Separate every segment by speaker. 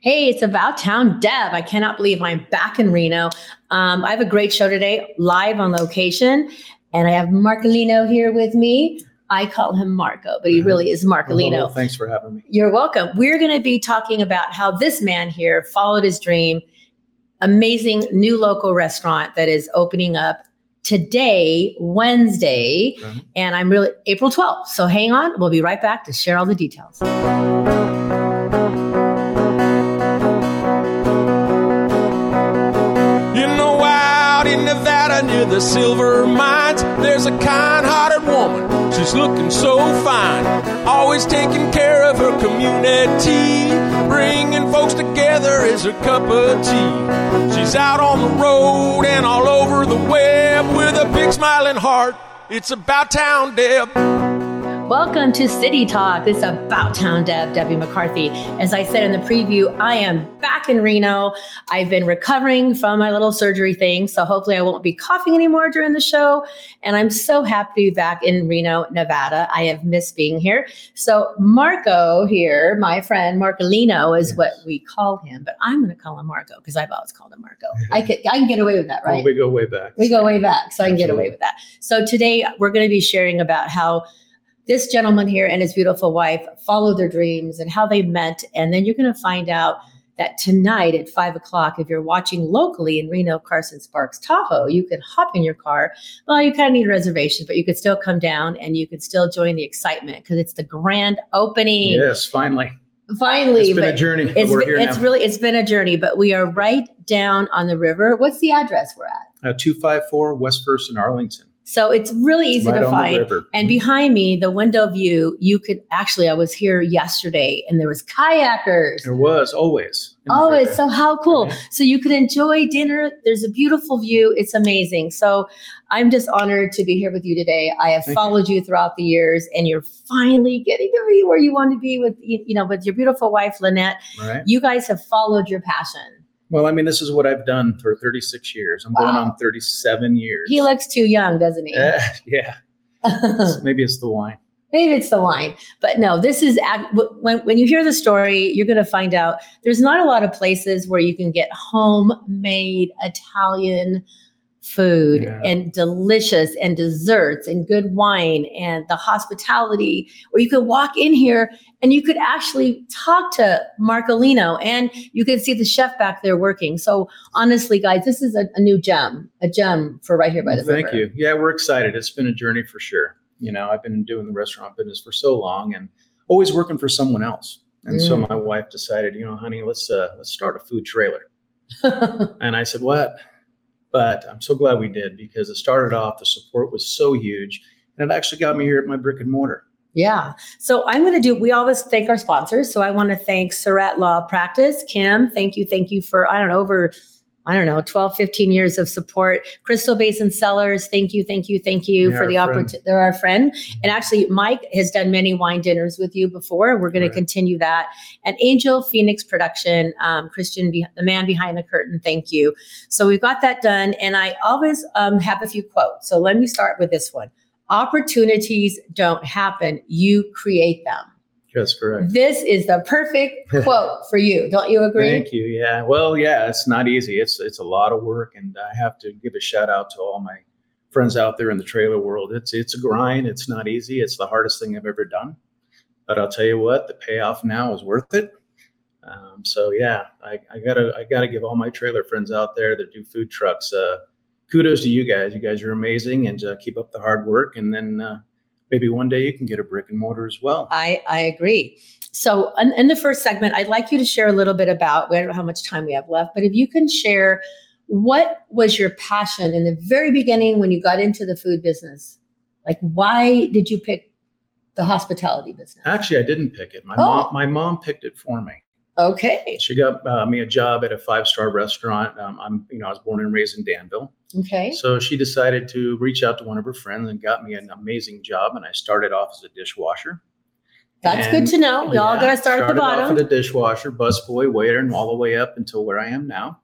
Speaker 1: Hey, it's About Town Deb. I cannot believe I'm back in Reno. Um, I have a great show today, live on location, and I have Marcolino here with me. I call him Marco, but he really is
Speaker 2: Hello,
Speaker 1: Marcolino.
Speaker 2: Thanks for having me.
Speaker 1: You're welcome. We're going to be talking about how this man here followed his dream. Amazing new local restaurant that is opening up today, Wednesday,
Speaker 2: Okay.
Speaker 1: and I'm really April 12th. So hang on, we'll be right back to share all the details.
Speaker 3: You know, out in Nevada near the silver mines, there's a kind hearted woman. She's looking so fine, always taking care of her community. Bringing folks together is her cup of tea. She's out on the road and all over the web with a big smiling heart. It's about town, Deb.
Speaker 1: Welcome to City Talk. This is About Town Deb, Debbie McCarthy. As I said in the preview, I am back in Reno. I've been recovering from my little surgery thing, so hopefully I won't be coughing anymore during the show. And I'm so happy to be back in Reno, Nevada. I have missed being here. So Marco here, my friend Marcolino is
Speaker 2: Yes.
Speaker 1: what we call him, but I'm going to call him Marco because I've always called him Marco. I could, I can get away with that, right?
Speaker 2: Well, Oh, we go way back.
Speaker 1: We go way back, so I can get away
Speaker 2: Absolutely.
Speaker 1: with that. So today we're going to be sharing about how this gentleman here and his beautiful wife followed their dreams and how they met. And then you're going to find out that tonight at five o'clock, if you're watching locally in Reno, Carson Sparks, Tahoe, you can hop in your car. Well, you kind of need reservations, but you could still come down and you could still join the excitement because it's the grand opening.
Speaker 2: Yes, finally.
Speaker 1: Finally,
Speaker 2: It's been a
Speaker 1: but
Speaker 2: journey. but
Speaker 1: it's,
Speaker 2: We're
Speaker 1: been-
Speaker 2: here
Speaker 1: it's
Speaker 2: now.
Speaker 1: really it's been a journey, but we are right down on the river. What's the address we're at?
Speaker 2: Uh, 254 West First in Arlington.
Speaker 1: So it's really easy
Speaker 2: Right
Speaker 1: to
Speaker 2: on the Mm-hmm.
Speaker 1: find.
Speaker 2: river.
Speaker 1: And behind me, the window view, you could actually, I was here yesterday and there was kayakers.
Speaker 2: There was Mm-hmm. always. in the
Speaker 1: Oh,
Speaker 2: river.
Speaker 1: it's so how cool.
Speaker 2: Yeah.
Speaker 1: So you could enjoy dinner. There's a beautiful view. It's amazing. So I'm just honored to be here with you today. I have
Speaker 2: Thank you.
Speaker 1: followed you. throughout the years and you're finally getting to be where you want to be with, you you know, with your beautiful wife, Lynette.
Speaker 2: Right.
Speaker 1: You guys have followed your passion.
Speaker 2: Well, I mean, this is what I've done for 36 years. I'm going
Speaker 1: Wow.
Speaker 2: on 37 years.
Speaker 1: He looks too young, doesn't he?
Speaker 2: Eh, yeah. It's- Maybe it's the wine.
Speaker 1: Maybe it's the wine, but no, this is ac- wh- when, when you hear the story, you're going to find out there's not a lot of places where you can get homemade Italian food
Speaker 2: Yeah.
Speaker 1: and delicious and desserts and good wine and the hospitality where you could walk in here and you could actually talk to Marcolino and you could see the chef back there working. So honestly, guys, this is a, a new gem, a gem for right here by the
Speaker 2: Thank
Speaker 1: river.
Speaker 2: you. Yeah, we're excited. It's been a journey for sure. You know, I've been doing the restaurant business for so long and always working for someone else. And so
Speaker 1: Mm.
Speaker 2: my wife decided, you know, honey, let's uh, let's start a food trailer.
Speaker 1: Thank
Speaker 2: And I said, What? But I'm so glad we did because it started off, the support was so huge. And it actually got me here at my brick and mortar.
Speaker 1: Yeah. So I'm going to do, we always thank our sponsors. So I want to thank Surratt Law Practice. Kim, thank you. Thank you for, I don't know, over, I don't know, 12, 15 years of support. Crystal Basin Sellers, thank you, thank you, thank you
Speaker 2: They're
Speaker 1: for the
Speaker 2: our friend.
Speaker 1: opportunity. They're our friend. And actually, Mike has done many wine dinners with you before. and We're going to
Speaker 2: Correct.
Speaker 1: continue that. And Angel Phoenix Production, um, Christian, be- the man behind the curtain, thank you. So we've got that done. And I always um, have a few quotes. So let me start with this one opportunities don't happen, you create them.
Speaker 2: That's correct.
Speaker 1: This is the perfect quote for you. Don't you agree?
Speaker 2: Thank you. Yeah. Well, yeah, it's not easy. It's it's a lot of work. And I have to give a shout out to all my friends out there in the trailer world. It's it's a grind. It's not easy. It's the hardest thing I've ever done. But I'll tell you what, the payoff now is worth it. Um, so yeah, I, I gotta I gotta give all my trailer friends out there that do food trucks uh, kudos to you guys. You guys are amazing, and uh, keep up the hard work. And then uh, maybe one day you can get a brick and mortar as well.
Speaker 1: I, I agree. So, in, in the first segment, I'd like you to share a little bit about, I don't know how much time we have left, but if you can share what was your passion in the very beginning when you got into the food business? Like, why did you pick the hospitality business?
Speaker 2: Actually, I didn't pick it. My
Speaker 1: Oh.
Speaker 2: mom my mom picked it for me.
Speaker 1: Okay.
Speaker 2: She got uh, me a job at a five star restaurant. Um, I'm you know I was born and raised in Danville,
Speaker 1: Okay.
Speaker 2: so she decided to reach out to one of her friends and got me an amazing job. And I started off as a dishwasher.
Speaker 1: That's
Speaker 2: And-
Speaker 1: good to know. Oh, We all
Speaker 2: Yeah,
Speaker 1: got to start at the
Speaker 2: started off
Speaker 1: bottom.
Speaker 2: with a dishwasher, busboy, waiter, and all the way up until where I am now.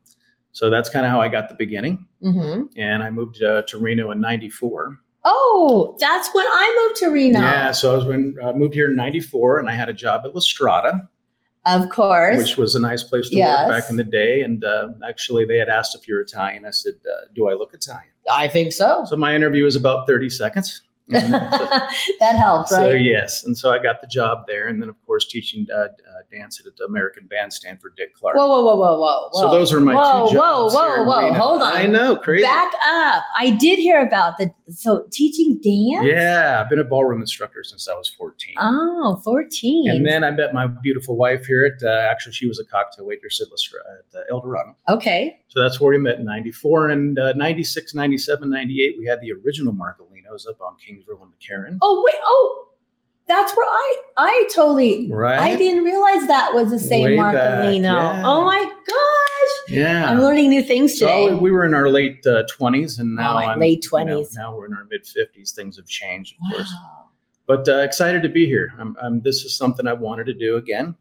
Speaker 2: So that's kind of how I got the beginning.
Speaker 1: Mhm.
Speaker 2: And I moved uh, to Reno in '94.
Speaker 1: Oh, that's when I moved to Reno.
Speaker 2: uh, Yeah, so I was when I moved here in '94, and I had a job at La Strada.
Speaker 1: Of course.
Speaker 2: which was a nice place to
Speaker 1: Yes.
Speaker 2: work back in the day. And uh, actually, they had asked if you're Italian. I said, uh, "Do I look Italian?"
Speaker 1: I think so.
Speaker 2: So my interview was about 30 seconds.
Speaker 1: that helps,
Speaker 2: So
Speaker 1: right?
Speaker 2: yes, and so I got the job there, and then of course teaching uh, uh, dance at the American Bandstand for Dick Clark.
Speaker 1: Whoa, whoa, whoa, whoa, whoa, whoa.
Speaker 2: so those are my
Speaker 1: whoa,
Speaker 2: two jobs.
Speaker 1: Whoa, whoa,
Speaker 2: here in
Speaker 1: whoa,
Speaker 2: Reno.
Speaker 1: Hold on.
Speaker 2: I know, crazy.
Speaker 1: Back up. I did hear about the so teaching dance.
Speaker 2: Yeah, I've been a ballroom instructor since I was 14.
Speaker 1: Oh, 14.
Speaker 2: and then I met my beautiful wife here at uh, actually she was a cocktail waitress at, Lestra, at uh, El Dorado.
Speaker 1: okay.
Speaker 2: So that's where we met in 94 and uh, 96, 97, 98. We had the original Margolinos up on Kingsville and McCarran.
Speaker 1: Oh wait. Oh, that's where I I totally
Speaker 2: Right?
Speaker 1: I didn't realize that was the same
Speaker 2: Way back,
Speaker 1: Marcolino.
Speaker 2: yeah.
Speaker 1: Oh my gosh!
Speaker 2: yeah.
Speaker 1: I'm learning new things today.
Speaker 2: So we were in our late uh, 20s and now
Speaker 1: Oh,
Speaker 2: I'm,
Speaker 1: late
Speaker 2: you know,
Speaker 1: 20s.
Speaker 2: now we're in our mid 50s. Things have changed, of course.
Speaker 1: wow.
Speaker 2: But uh, excited to be here. I'm, I'm, this is something I wanted to do again.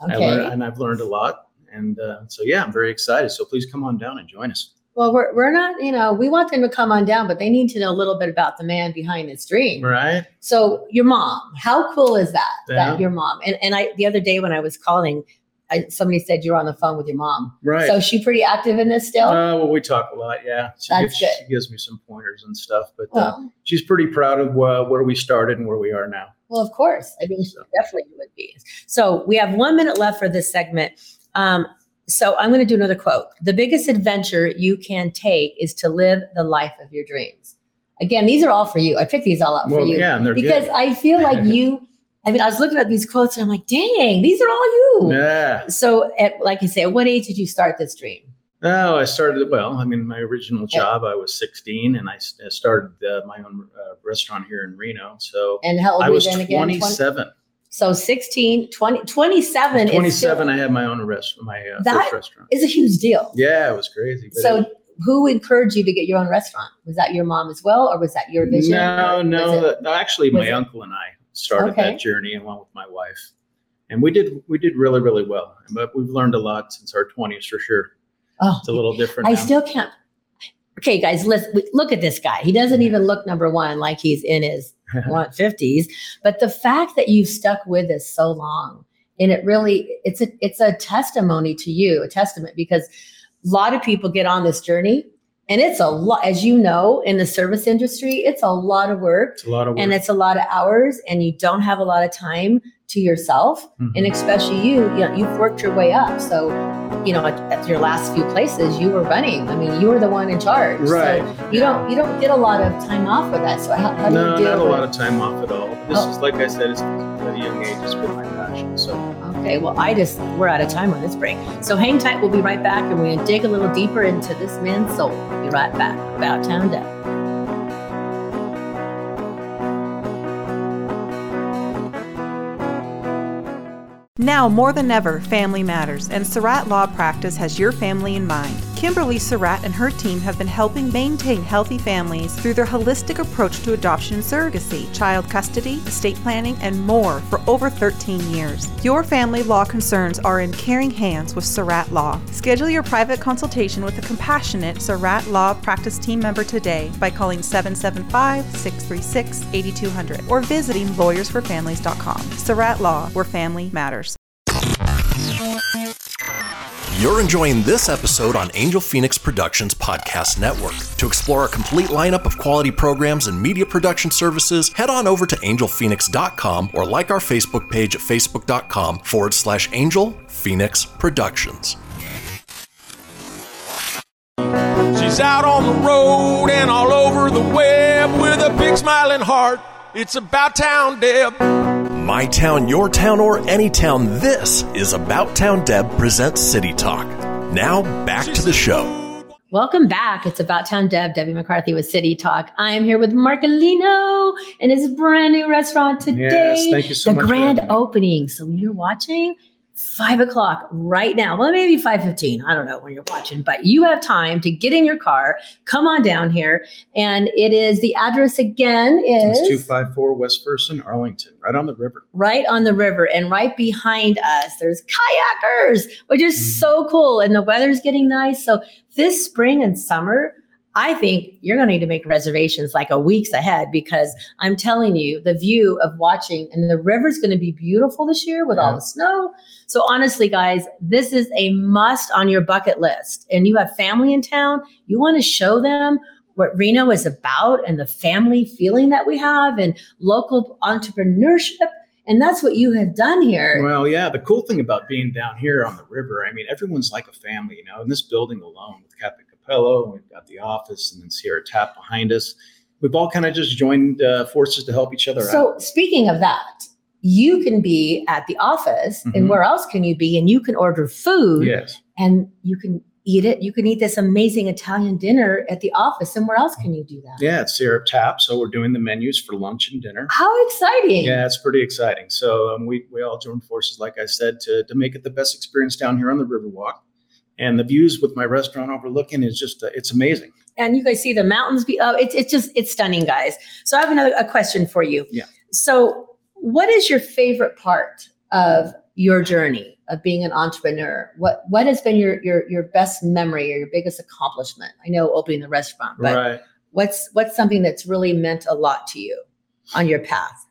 Speaker 2: I
Speaker 1: Okay.
Speaker 2: learned, and I've learned a lot. And uh, so, yeah, I'm very excited. So please come on down and join us.
Speaker 1: Well, we're, we're not, you know, we want them to come on down, but they need to know a little bit about the man behind this dream.
Speaker 2: Right?
Speaker 1: So your mom, how cool is that?
Speaker 2: Yeah.
Speaker 1: That your mom. And and I the other day when I was calling, I, somebody said you're on the phone with your mom.
Speaker 2: Right.
Speaker 1: So is she pretty active in this still?
Speaker 2: uh, well, we talk a lot. Yeah. She,
Speaker 1: That's
Speaker 2: gives,
Speaker 1: good.
Speaker 2: she gives me some pointers and stuff. But uh,
Speaker 1: well,
Speaker 2: she's pretty proud of uh, where we started and where we are now.
Speaker 1: well, of course. I mean, she
Speaker 2: So,
Speaker 1: definitely would be. So we have one minute left for this segment. Um, so I'm going to do another quote. The biggest adventure you can take is to live the life of your dreams. Again, these are all for you. I picked these all out for
Speaker 2: well,
Speaker 1: you.
Speaker 2: yeah, and they're
Speaker 1: because
Speaker 2: good.
Speaker 1: I feel like you. I mean, I was looking at these quotes and I'm like, dang, these are all you.
Speaker 2: yeah.
Speaker 1: So, at, like I say, at what age did you start this dream?
Speaker 2: No, I started. Well, I mean, my original job, I was 16, and I, s- I started uh, my own uh, restaurant here in Reno. So
Speaker 1: And how old
Speaker 2: I
Speaker 1: were you
Speaker 2: was
Speaker 1: then again? 20
Speaker 2: 27.
Speaker 1: so 16, 20, 27. is still-
Speaker 2: 27, I had my own restaurant, my uh,
Speaker 1: That-
Speaker 2: first restaurant.
Speaker 1: is a huge deal.
Speaker 2: Yeah, it was crazy. But
Speaker 1: So,
Speaker 2: it-
Speaker 1: who encouraged you to get your own restaurant? Was that your mom as well, or was that your vision?
Speaker 2: no,
Speaker 1: Or was
Speaker 2: no,
Speaker 1: it-
Speaker 2: that- no, actually,
Speaker 1: was
Speaker 2: my
Speaker 1: it-
Speaker 2: uncle and I started
Speaker 1: Okay.
Speaker 2: that journey along with my wife, and we did we did really really well. But we've learned a lot since our 20s for sure.
Speaker 1: Oh,
Speaker 2: It's a little different.
Speaker 1: I
Speaker 2: now.
Speaker 1: still can't. Okay, guys, let's look at this guy. He doesn't even look number one like he's in his want 50s but the fact that you've stuck with us so long and it really it's a it's a testimony to you a testament because a lot of people get on this journey and it's a lot as you know in the service industry it's a lot of work
Speaker 2: it's a lot of work.
Speaker 1: and it's a lot of hours and you don't have a lot of time to yourself
Speaker 2: Mhm.
Speaker 1: and especially you you know, you've worked your way up so you know at, at your last few places you were running i mean you were the one in charge
Speaker 2: right.
Speaker 1: so you don't you don't get a lot of time off with that so how, how do
Speaker 2: no,
Speaker 1: you deal
Speaker 2: not a
Speaker 1: with
Speaker 2: lot of time off at all. This
Speaker 1: Oh.
Speaker 2: is, like I said, it's at a young age, it's been my passion. So,
Speaker 1: Okay, well, I just, we're out of time on this break. So hang tight, we'll be right back and we're going to dig a little deeper into this man's soul. We'll be right back. About Town Death.
Speaker 4: Now more than ever, family matters, and Surratt Law Practice has your family in mind. Kimberly Surratt and her team have been helping maintain healthy families through their holistic approach to adoption and surrogacy, child custody, estate planning, and more for over 13 years. Your family law concerns are in caring hands with Surratt Law. Schedule your private consultation with a compassionate Surratt Law Practice team member today by calling 775 636 8200 or visiting lawyersforfamilies.com. Surratt Law, where family matters.
Speaker 5: You're enjoying this episode on Angel Phoenix Productions Podcast Network. To explore our complete lineup of quality programs and media production services, head on over to angelphoenix.com or like our Facebook page at facebook.com forward slash Angel Phoenix Productions.
Speaker 3: She's out on the road and all over the web with a big smiling heart. It's about town, Deb.
Speaker 5: My town, your town, or any town, this is About Town Deb presents City Talk. Now back to the show.
Speaker 1: Welcome back. It's About Town Deb, Debbie McCarthy with City Talk. I'm here with Marcolino and his brand new restaurant today.
Speaker 2: Yes, thank you so
Speaker 1: the
Speaker 2: much for
Speaker 1: grand
Speaker 2: having me.
Speaker 1: opening. So when you're watching, five o'clock right now. Well, maybe five fifteen. I don't know when you're watching, but you have time to get in your car, come on down here, and it is the address again is
Speaker 2: it's 254 West Person, Arlington, right on the river.
Speaker 1: right on the river and right behind us there's kayakers which is so cool and the weather's getting nice so this spring and summer I think you're going to need to make reservations like a weeks ahead because I'm telling you, the view of watching and the river's going to be beautiful this year with all the snow. So honestly, guys, this is a must on your bucket list. And you have family in town, you want to show them what Reno is about and the family feeling that we have and local entrepreneurship. And that's what you have done here.
Speaker 2: Well, yeah, the cool thing about being down here on the river, I mean, everyone's like a family, you know, in this building alone with Captain Capello, we've got the office and then Sierra Tap behind us. We've all kind of just joined uh, forces to help each other out.
Speaker 1: So speaking of that, you can be at the office
Speaker 2: Mhm.
Speaker 1: and where else can you be? And you can order food
Speaker 2: Yes.
Speaker 1: and you can eat it. You can eat this amazing Italian dinner at the office. And where else can you do that?
Speaker 2: Yeah, it's Sierra Tap. So we're doing the menus for lunch and dinner.
Speaker 1: How exciting.
Speaker 2: Yeah, it's pretty exciting. So um, we we all joined forces, like I said, to to make it the best experience down here on the Riverwalk. And the views with my restaurant overlooking is just uh, it's amazing.
Speaker 1: and you guys see the mountains. Be, oh, it's it's just it's stunning, guys. So I have another a question for you.
Speaker 2: Yeah.
Speaker 1: So, what is your favorite part of your journey of being an entrepreneur? What what has been your your your best memory or your biggest accomplishment? I know opening the restaurant, but
Speaker 2: right.
Speaker 1: what's what's something that's really meant a lot to you on your path?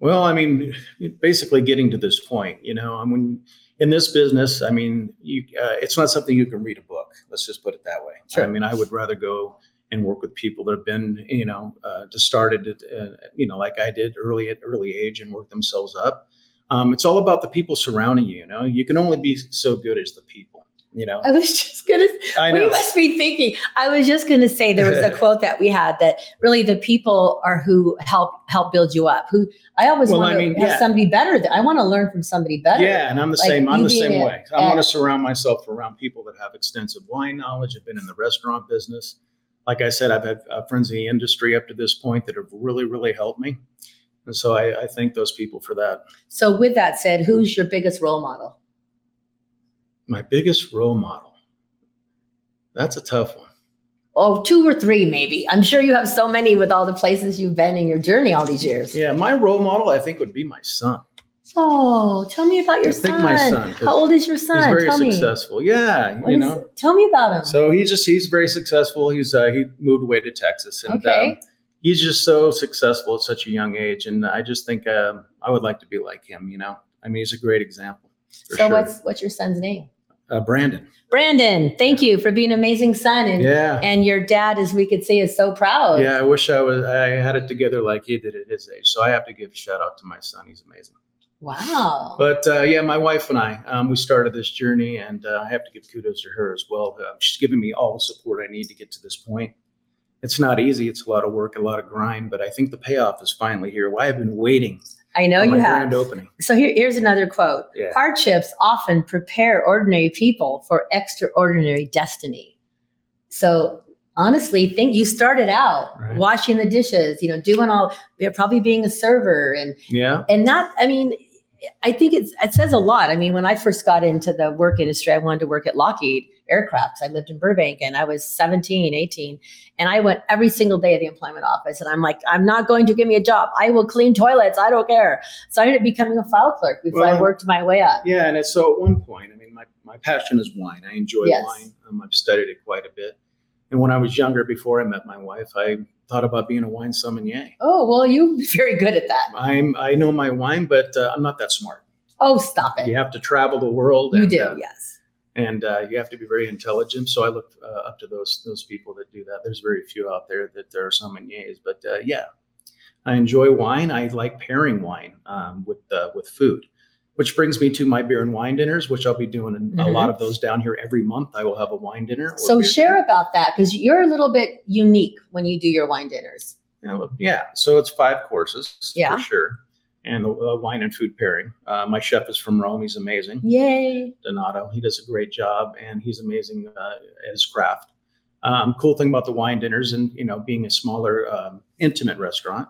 Speaker 2: Well, I mean, basically getting to this point, you know, I mean, in this business, I mean, you, uh, it's not something you can read a book. Let's just put it that way.
Speaker 1: Sure.
Speaker 2: I mean, I would rather go and work with people that have been, you know, uh, just started, at, uh, you know, like I did early at early age and work themselves up. Um, it's all about the people surrounding you. You know, you can only be so good as the people. You know,
Speaker 1: I was just gonna
Speaker 2: I
Speaker 1: We
Speaker 2: know.
Speaker 1: must be thinking. I was just going to say there was a quote that we had that really the people are who help help build you up. Who I always
Speaker 2: Well,
Speaker 1: want
Speaker 2: I mean,
Speaker 1: to have
Speaker 2: yeah.
Speaker 1: somebody better. Than, I want to learn from somebody better.
Speaker 2: Yeah, and I'm the
Speaker 1: Like,
Speaker 2: same. I'm
Speaker 1: you
Speaker 2: the
Speaker 1: being
Speaker 2: same
Speaker 1: a-
Speaker 2: way. I want
Speaker 1: a-
Speaker 2: to surround myself around people that have extensive wine knowledge. Have been in the restaurant business. Like I said, I've had uh, friends in the industry up to this point that have really, really helped me, and so I, I thank those people for that.
Speaker 1: So with that said, who's your biggest role model?
Speaker 2: My biggest role model. That's a tough one.
Speaker 1: Oh, two or three maybe. I'm sure you have so many with all the places you've been in your journey all these years.
Speaker 2: Yeah, my role model I think would be my son.
Speaker 1: Oh, tell me about your
Speaker 2: I
Speaker 1: son.
Speaker 2: think my son, 'cause
Speaker 1: How old is your son?
Speaker 2: He's very
Speaker 1: tell
Speaker 2: successful. Yeah,
Speaker 1: me. What
Speaker 2: you
Speaker 1: is-
Speaker 2: know.
Speaker 1: tell me about him.
Speaker 2: So he just he's very successful. He's uh, he moved away to Texas, and
Speaker 1: Okay.
Speaker 2: um, he's just so successful at such a young age. And I just think um, I would like to be like him. You know, I mean, he's a great example.
Speaker 1: so
Speaker 2: for sure.
Speaker 1: what's what's your son's name?
Speaker 2: uh, Brandon?
Speaker 1: Brandon. Thank you for being an amazing son and
Speaker 2: Yeah,
Speaker 1: and your dad, as we could see, is so proud.
Speaker 2: yeah. I wish I was. I had it together like he did at his age. So I have to give a shout out to my son. He's amazing.
Speaker 1: Wow.
Speaker 2: But uh, yeah, my wife and I, um, we started this journey, and uh, I have to give kudos to her as well. Uh, she's given me all the support I need to get to this point. It's not easy. It's a lot of work, a lot of grind, but I think the payoff is finally here. Why I've been waiting
Speaker 1: I know
Speaker 2: for
Speaker 1: you
Speaker 2: my
Speaker 1: have.
Speaker 2: grand opening.
Speaker 1: So here, here's another quote.
Speaker 2: Yeah.
Speaker 1: Hardships often prepare ordinary people for extraordinary destiny. So honestly, think you started out
Speaker 2: Right.
Speaker 1: washing the dishes, you know, doing all probably being a server and
Speaker 2: Yeah.
Speaker 1: and not i mean i think it's, it says a lot i mean when i first got into the work industry i wanted to work at lockheed aircrafts i lived in burbank and i was 17 18 and i went every single day to the employment office and i'm like i'm not going to give me a job i will clean toilets i don't care so i ended up becoming a file clerk before i
Speaker 2: Well-
Speaker 1: worked my way up
Speaker 2: Yeah. And it's so at one point, I mean, my, my passion is wine. I enjoy
Speaker 1: Yes.
Speaker 2: wine. Um, I've studied it quite a bit. And when I was younger, before I met my wife, I thought about being a wine sommelier.
Speaker 1: oh well you're very good at that
Speaker 2: I'm, I know my wine, but uh, I'm not that smart.
Speaker 1: oh stop it
Speaker 2: You have to travel the world.
Speaker 1: you
Speaker 2: and,
Speaker 1: do
Speaker 2: uh,
Speaker 1: yes
Speaker 2: and uh, you have to be very intelligent. So I look uh, up to those those people that do that. There's very few out there that there are sommeliers, but uh, yeah, I enjoy wine. I like pairing wine um, with uh, with food, which brings me to my beer and wine dinners, which I'll be doing a
Speaker 1: Mhm.
Speaker 2: lot of those down here every month. I will have a wine dinner. or
Speaker 1: so
Speaker 2: beer
Speaker 1: share
Speaker 2: dinner.
Speaker 1: about that because you're a little bit unique when you do your wine dinners
Speaker 2: Yeah, well, yeah, so it's five courses
Speaker 1: Yeah.
Speaker 2: for sure. And the uh, wine and food pairing. Uh, my chef is from Rome. He's amazing.
Speaker 1: yay
Speaker 2: Donato. He does a great job, and he's amazing uh, at his craft. Um, cool thing about the wine dinners, and you know, being a smaller, um, intimate restaurant,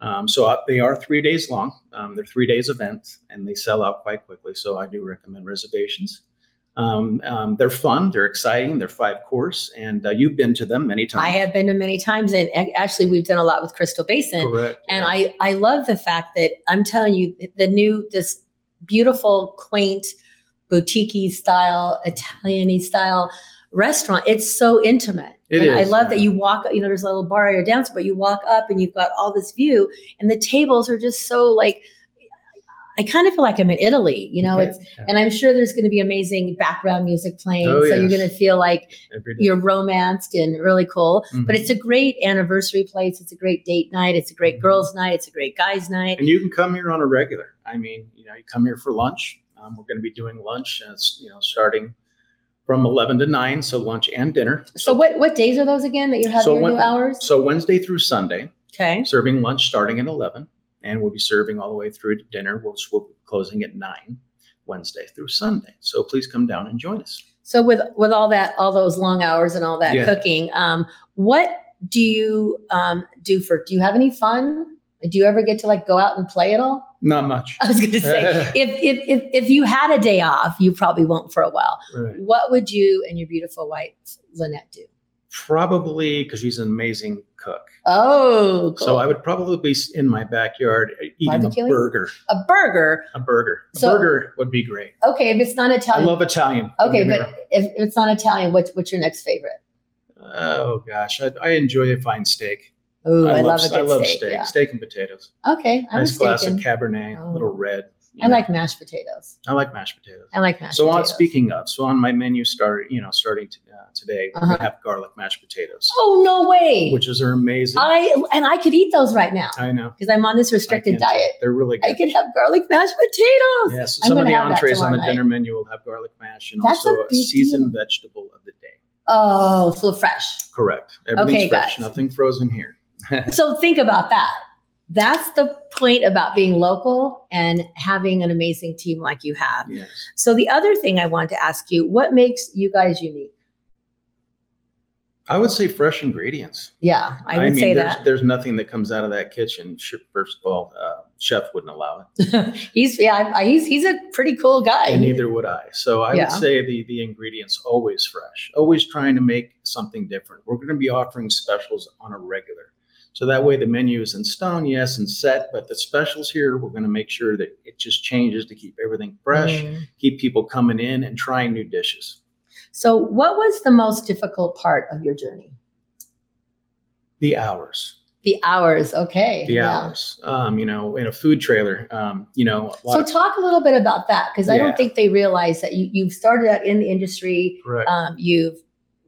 Speaker 2: um, so uh, they are three days long. Um, they're three days events, and they sell out quite quickly. So I do recommend reservations. Um, um, they're fun, they're exciting, they're five course, and uh, you've been to them many times.
Speaker 1: i have been to many times and ac- actually we've done a lot with crystal basin
Speaker 2: correct.
Speaker 1: And I, I love the fact that I'm telling you the new, this beautiful, quaint, boutique style, Italian style restaurant, it's so intimate.
Speaker 2: It
Speaker 1: and I
Speaker 2: is,
Speaker 1: love
Speaker 2: yeah.
Speaker 1: that you walk, you know, there's a little bar or dance, but you walk up and you've got all this view, and the tables are just so like, I kind of feel like I'm in Italy, you know,
Speaker 2: Yeah,
Speaker 1: it's,
Speaker 2: yeah.
Speaker 1: and I'm sure there's going to be amazing background music playing.
Speaker 2: Oh,
Speaker 1: so you're
Speaker 2: yes.
Speaker 1: going to feel like
Speaker 2: every day.
Speaker 1: you're romanced and really cool.
Speaker 2: Mhm.
Speaker 1: But it's a great anniversary place. It's a great date night. It's a great
Speaker 2: Mhm.
Speaker 1: girls' night. It's a great guys' night.
Speaker 2: And you can come here on a regular. I mean, you know, you come here for lunch. Um, we're going to be doing lunch, and it's, you know, starting from 11 to 9, so lunch and dinner.
Speaker 1: So what what days are those again that you have
Speaker 2: So
Speaker 1: your
Speaker 2: when-
Speaker 1: new hours?
Speaker 2: So Wednesday through Sunday,
Speaker 1: Okay.
Speaker 2: serving lunch starting at 11, and we'll be serving all the way through to dinner. We'll, we'll be closing at 9, Wednesday through Sunday. So please come down and join us.
Speaker 1: So with with all that all those long hours and all that
Speaker 2: Yeah.
Speaker 1: cooking, um, what do you um, do for? Do you have any fun? Do you ever get to like go out and play at all?
Speaker 2: Not much.
Speaker 1: I was going to say if, if if if you had a day off, you probably won't for a while.
Speaker 2: Right.
Speaker 1: What would you and your beautiful wife Lynette do?
Speaker 2: Probably because she's an amazing cook.
Speaker 1: Oh, cool.
Speaker 2: So I would probably be s- in my backyard eating
Speaker 1: Barbecuing?
Speaker 2: a burger.
Speaker 1: a burger.
Speaker 2: A burger. A
Speaker 1: So-
Speaker 2: burger would be great.
Speaker 1: Okay, if it's not
Speaker 2: I
Speaker 1: Italian,
Speaker 2: love Italian. don't
Speaker 1: Okay,
Speaker 2: get me
Speaker 1: but
Speaker 2: wrong.
Speaker 1: if if it's not Italian, what's what's your next favorite?
Speaker 2: oh gosh, I, I enjoy a fine steak.
Speaker 1: Oh, I, love, a
Speaker 2: I
Speaker 1: good
Speaker 2: love
Speaker 1: steak. yeah.
Speaker 2: steak and potatoes.
Speaker 1: Okay, I'm
Speaker 2: nice glass of
Speaker 1: mistaken.
Speaker 2: Cabernet,
Speaker 1: Oh.
Speaker 2: a little red. you
Speaker 1: I
Speaker 2: know.
Speaker 1: like mashed potatoes.
Speaker 2: I like mashed potatoes.
Speaker 1: I like mashed
Speaker 2: so on
Speaker 1: potatoes.
Speaker 2: speaking of, so on my menu start, you know, starting to, uh, today, we
Speaker 1: Uh-huh.
Speaker 2: have garlic mashed potatoes,
Speaker 1: Oh no way!
Speaker 2: which is are amazing.
Speaker 1: I and I could eat those right now
Speaker 2: I know. I
Speaker 1: because I'm on this restricted
Speaker 2: can't-
Speaker 1: diet.
Speaker 2: They're really
Speaker 1: I
Speaker 2: good.
Speaker 1: could have garlic mashed potatoes.
Speaker 2: Yes,
Speaker 1: I'm
Speaker 2: some of
Speaker 1: gonna
Speaker 2: the
Speaker 1: have that
Speaker 2: entrees on the
Speaker 1: tomorrow
Speaker 2: dinner menu will have garlic mash and
Speaker 1: That's a
Speaker 2: also a,
Speaker 1: big
Speaker 2: seasoned vegetable of the day.
Speaker 1: Oh, so fresh.
Speaker 2: Correct. Everything's
Speaker 1: Okay,
Speaker 2: fresh,
Speaker 1: guys.
Speaker 2: nothing frozen here.
Speaker 1: So think about that. That's the point about being local and having an amazing team like you have.
Speaker 2: Yes.
Speaker 1: So the other thing I wanted to ask you, what makes you guys unique?
Speaker 2: I would say fresh ingredients.
Speaker 1: Yeah, I would
Speaker 2: mean,
Speaker 1: say
Speaker 2: there's,
Speaker 1: that.
Speaker 2: There's nothing that comes out of that kitchen. Sh- First of all, uh, chef wouldn't allow it,
Speaker 1: he's yeah, I- he's he's a pretty cool guy.
Speaker 2: and neither would I. So I
Speaker 1: Yeah.
Speaker 2: would say the the ingredients always fresh, always trying to make something different. We're going to be offering specials on a regular, so that way the menu is in stone, yes, and set. But the specials here, we're going to make sure that it just changes to keep everything fresh,
Speaker 1: Mm.
Speaker 2: keep people coming in and trying new dishes.
Speaker 1: So, what was the most difficult part of your journey?
Speaker 2: The hours,
Speaker 1: The hours, okay.
Speaker 2: the hours. Um, you know, in a food trailer. Um, you know, a lot
Speaker 1: So,
Speaker 2: of
Speaker 1: talk a little bit about that because I don't
Speaker 2: Yeah.
Speaker 1: think they realize that you you've started out in the industry,
Speaker 2: Correct.
Speaker 1: um, you've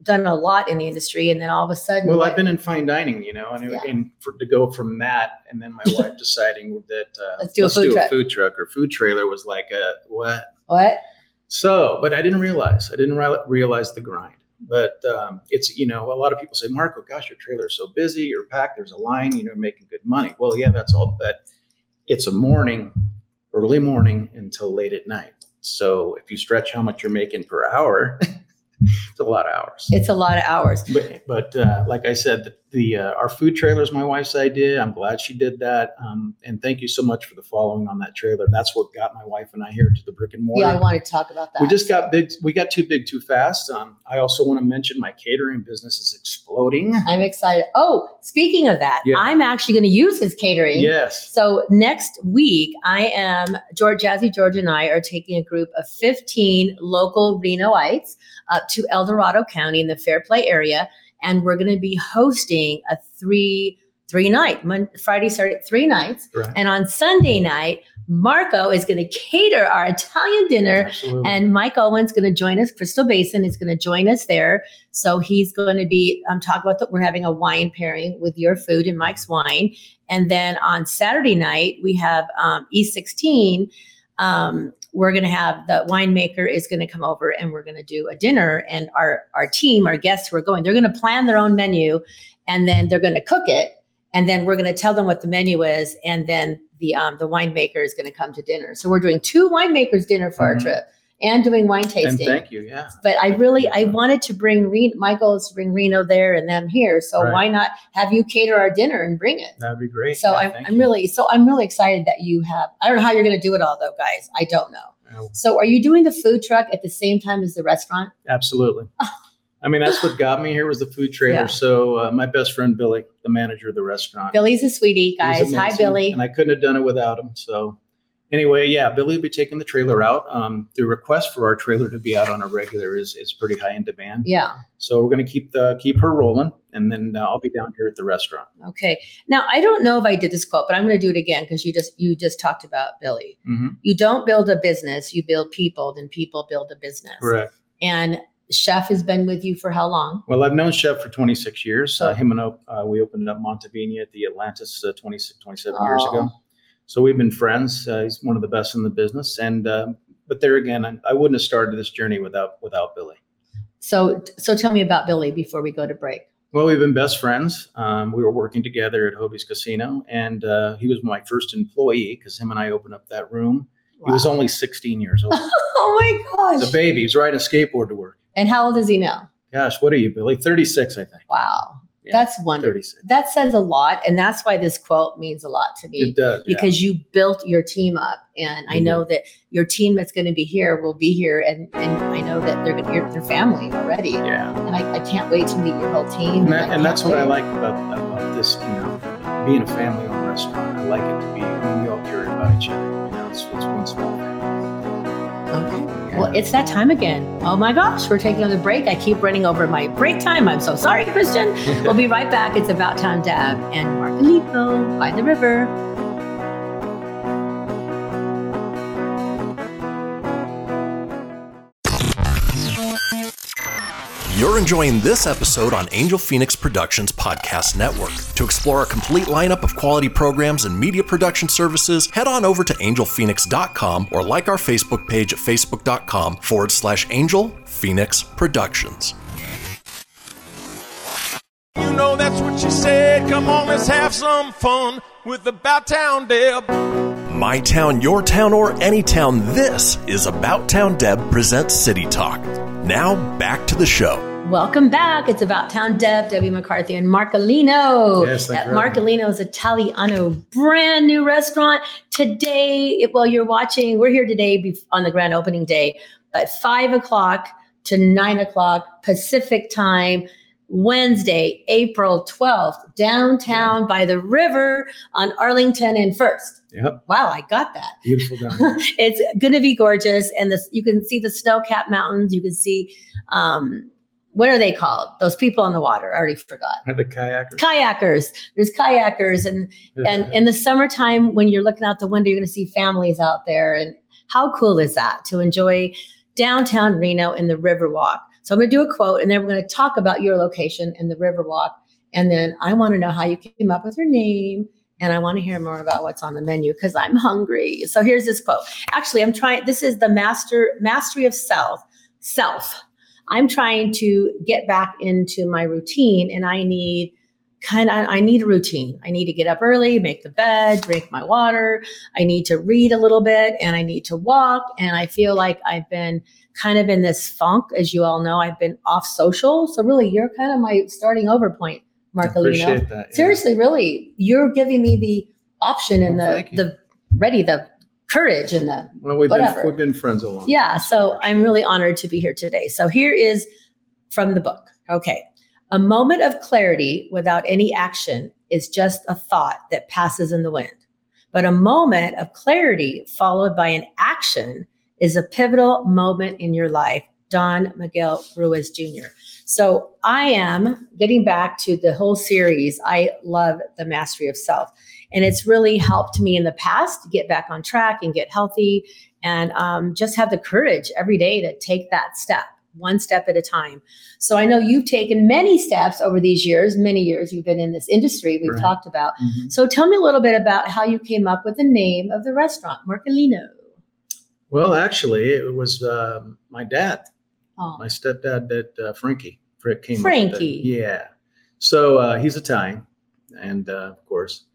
Speaker 1: done a lot in the industry, and then all of a sudden,
Speaker 2: Well,
Speaker 1: what-
Speaker 2: I've been in fine dining, you know, and, it-
Speaker 1: Yeah.
Speaker 2: and for, to go from that, and then my wife deciding that uh,
Speaker 1: Let's do a food truck.
Speaker 2: food truck or food trailer was like a what?
Speaker 1: what?
Speaker 2: So, but I didn't realize. I didn't re- realize the grind. But um, it's you know, a lot of people say, Marco, gosh, your trailer's so busy, you're packed, there's a line, you know, making good money. Well, yeah, that's all. But it's a morning, early morning until late at night. So if you stretch how much you're making per hour, it's a lot of hours.
Speaker 1: It's a lot of hours.
Speaker 2: But, but uh, like I said, the, the uh, our food trailer is my wife's idea. I'm glad she did that, um, and thank you so much for the following on that trailer. That's what got my wife and I here to the brick and mortar.
Speaker 1: Yeah, I want to talk about that.
Speaker 2: we just got big. We got too big too fast. Um, I also want to mention my catering business is exploding.
Speaker 1: I'm excited. Oh, speaking of that,
Speaker 2: Yeah.
Speaker 1: I'm actually going to use his catering.
Speaker 2: Yes,
Speaker 1: So next week, I am George Jazzy George and I are taking a group of 15 local Renoites up to El Dorado County in the Fair Play area, and we're going to be hosting a three three night Mon- Friday Saturday three nights,
Speaker 2: Right.
Speaker 1: and on Sunday night, Marco is going to cater our Italian dinner
Speaker 2: absolutely.
Speaker 1: and Mike Owen's going to join us. Crystal Basin is going to join us there. So he's going to be um, talk about that. We're having a wine pairing with your food and Mike's wine. And then on Saturday night we have um, E16. Um, we're going to have the winemaker is going to come over and we're going to do a dinner. And our our team, our guests who are going, they're going to plan their own menu, and then they're going to cook it. And then we're going to tell them what the menu is, and then the um, the winemaker is going to come to dinner. So we're doing two winemakers dinner for our
Speaker 2: Mhm.
Speaker 1: trip and doing wine
Speaker 2: And
Speaker 1: tasting.
Speaker 2: thank you. Yeah,
Speaker 1: but I really I wanted to bring Re- Michael's to bring Reno there and them here. So
Speaker 2: Right.
Speaker 1: why not have you cater our dinner and bring it?
Speaker 2: that'd be great.
Speaker 1: So
Speaker 2: Yeah,
Speaker 1: I'm,
Speaker 2: thank
Speaker 1: I'm
Speaker 2: you.
Speaker 1: really so I'm really excited that you have. I don't know how you're going to do it all though, guys. I don't know.
Speaker 2: Oh,
Speaker 1: So are you doing the food truck at the same time as the restaurant?
Speaker 2: absolutely. I mean, that's what got me here was the food trailer.
Speaker 1: Yeah.
Speaker 2: So uh, my best friend Billy, the manager of the restaurant,
Speaker 1: Billy's a sweetie,
Speaker 2: He's
Speaker 1: guys. Hi,
Speaker 2: amazing,
Speaker 1: Billy.
Speaker 2: And I couldn't have done it without him. So anyway, yeah, Billy will be taking the trailer out. Um, the request for our trailer to be out on a regular is is pretty high in demand.
Speaker 1: Yeah.
Speaker 2: So we're going to keep the keep her rolling, and then uh, I'll be down here at the restaurant.
Speaker 1: Okay. Now I don't know if I did this quote, but I'm going to do it again because you just you just talked about Billy.
Speaker 2: Mhm.
Speaker 1: You don't build a business, you build people, then people build a business.
Speaker 2: Correct.
Speaker 1: And Chef has been with you for how long?
Speaker 2: Well, I've known Chef for 26 years.
Speaker 1: Oh.
Speaker 2: Uh, him and I, uh, we opened up Montevina at the Atlantis uh, 26, 27 years
Speaker 1: Oh.
Speaker 2: ago. So we've been friends. Uh, he's one of the best in the business, and uh, but there again, I, I wouldn't have started this journey without without Billy.
Speaker 1: So so tell me about Billy before we go to break.
Speaker 2: Well, we've been best friends. Um, we were working together at Hobie's Casino, and uh, he was my first employee because him and I opened up that room. He was
Speaker 1: Wow.
Speaker 2: only 16 years old.
Speaker 1: oh my
Speaker 2: He's
Speaker 1: gosh.
Speaker 2: a baby. He's riding a skateboard to work.
Speaker 1: And how old is he now?
Speaker 2: Gosh, what are you, Billy? 36, I think.
Speaker 1: Wow.
Speaker 2: Yeah,
Speaker 1: that's wonderful.
Speaker 2: 36.
Speaker 1: That says a lot. And that's why this quote means a lot to me.
Speaker 2: It does. yeah.
Speaker 1: because you built your team up and i
Speaker 2: Mhm.
Speaker 1: know that your team that's going to be here will be here and and i know that they're gonna, you're their family already
Speaker 2: Yeah.
Speaker 1: and I, I can't wait to meet your whole team
Speaker 2: And, that, and
Speaker 1: can't
Speaker 2: that's what I
Speaker 1: wait.
Speaker 2: like about, about this, you know, being a family owned restaurant. I like it to be, we all care about each other. You know, it's, it's one small family.
Speaker 1: okay well it's that time again oh my gosh we're taking another break i keep running over my break time i'm so sorry christian we'll be right back it's about time dab and margalito by the river
Speaker 5: You're enjoying this episode on Angel Phoenix Productions Podcast Network. To explore a complete lineup of quality programs and media production services, head on over to angelphoenix.com or like our Facebook page at facebook.com forward slash Angel Phoenix Productions.
Speaker 3: You know that's what she said. Come on, let's have some fun with the Bout Town Deb.
Speaker 5: My town, your town, or any town, this is About Town Deb presents City Talk. Now back to the show.
Speaker 1: Welcome back. It's About Town Dev, Debbie McCarthy, and Marcolino.
Speaker 2: Yes, thank
Speaker 1: at
Speaker 2: you.
Speaker 1: Marcolino's Italiano, brand new restaurant. Today, it- while you're watching, we're here today be- on the grand opening day at 5 o'clock to 9 o'clock Pacific time. Wednesday, April 12th, downtown by the river on Arlington and First.
Speaker 2: Yep.
Speaker 1: Wow, I got that
Speaker 2: Beautiful down there.
Speaker 1: it's going to be gorgeous, and this you can see the snow-capped mountains. You can see um, what are they called? Those people on the water. I already forgot.
Speaker 2: Had the kayakers.
Speaker 1: Kayakers. There's kayakers, and and in the summertime when you're looking out the window, you're going to see families out there. And how cool is that to enjoy downtown Reno in the Riverwalk? So I'm going to do a quote, and then we're going to talk about your location in the Riverwalk, and then I want to know how you came up with your name. And I want to hear more about what's on the menu because I'm hungry. So here's this quote actually i'm trying this is the master mastery of self self i'm trying to get back into my routine and i need kind of i need a routine i need to get up early make the bed drink my water i need to read a little bit and i need to walk and i feel like i've been kind of in this funk as you all know i've been off social so really you're kind of my starting over point marcolino
Speaker 2: Appreciate that. yeah.
Speaker 1: seriously really you're giving me the option and
Speaker 2: Well,
Speaker 1: the
Speaker 2: thank you.
Speaker 1: the ready the courage and the
Speaker 2: Well, we've
Speaker 1: Whatever.
Speaker 2: been we've been friends a long. time.
Speaker 1: yeah so i'm really honored to be here today so here is from the book okay a moment of clarity without any action is just a thought that passes in the wind but a moment of clarity followed by an action is a pivotal moment in your life don miguel ruiz jr so i am getting back to the whole series i love the mastery of self and it's really helped me in the past to get back on track and get healthy and um, just have the courage every day to take that step one step at a time so i know you've taken many steps over these years many years you've been in this industry we've
Speaker 2: Right.
Speaker 1: talked about
Speaker 2: Mhm.
Speaker 1: so tell me a little bit about how you came up with the name of the restaurant, Mercolino.
Speaker 2: Well, actually, it was um, my dad, my
Speaker 1: Oh,
Speaker 2: stepdad, that uh, Frankie. Frick came up with
Speaker 1: Frankie.
Speaker 2: it. Yeah. So uh, he's Italian, and uh, of course,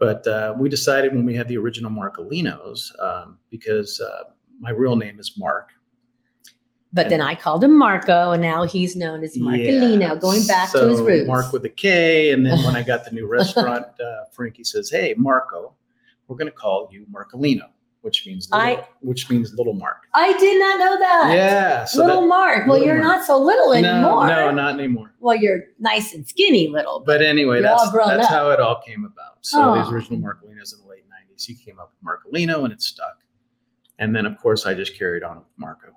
Speaker 2: but uh, we decided when we had the original Marcolinos um, because uh, my real name is Mark.
Speaker 1: but then I called him Marco, and now he's known as Marcolino,
Speaker 2: Yeah.
Speaker 1: going back to his
Speaker 2: So
Speaker 1: roots.
Speaker 2: Mark with a K, and then when I got the new restaurant, uh, Frankie says, "Hey, Marco, we're going to call you Marcolino." Which means little,
Speaker 1: I-
Speaker 2: which means little Mark.
Speaker 1: I did not know that.
Speaker 2: Yeah, so
Speaker 1: little
Speaker 2: that-
Speaker 1: Mark. Well,
Speaker 2: Little
Speaker 1: you're
Speaker 2: Mark.
Speaker 1: not so little anymore.
Speaker 2: no, no, not anymore.
Speaker 1: Well, you're nice and skinny, little. But
Speaker 2: But anyway,
Speaker 1: You're all
Speaker 2: that's
Speaker 1: grown
Speaker 2: that's
Speaker 1: up. Oh.
Speaker 2: how it all came about. So
Speaker 1: Aw.
Speaker 2: these original Marcolinos in the late '90s, he came up with Marcolino, and it stuck. And then, of course, I just carried on with Marco.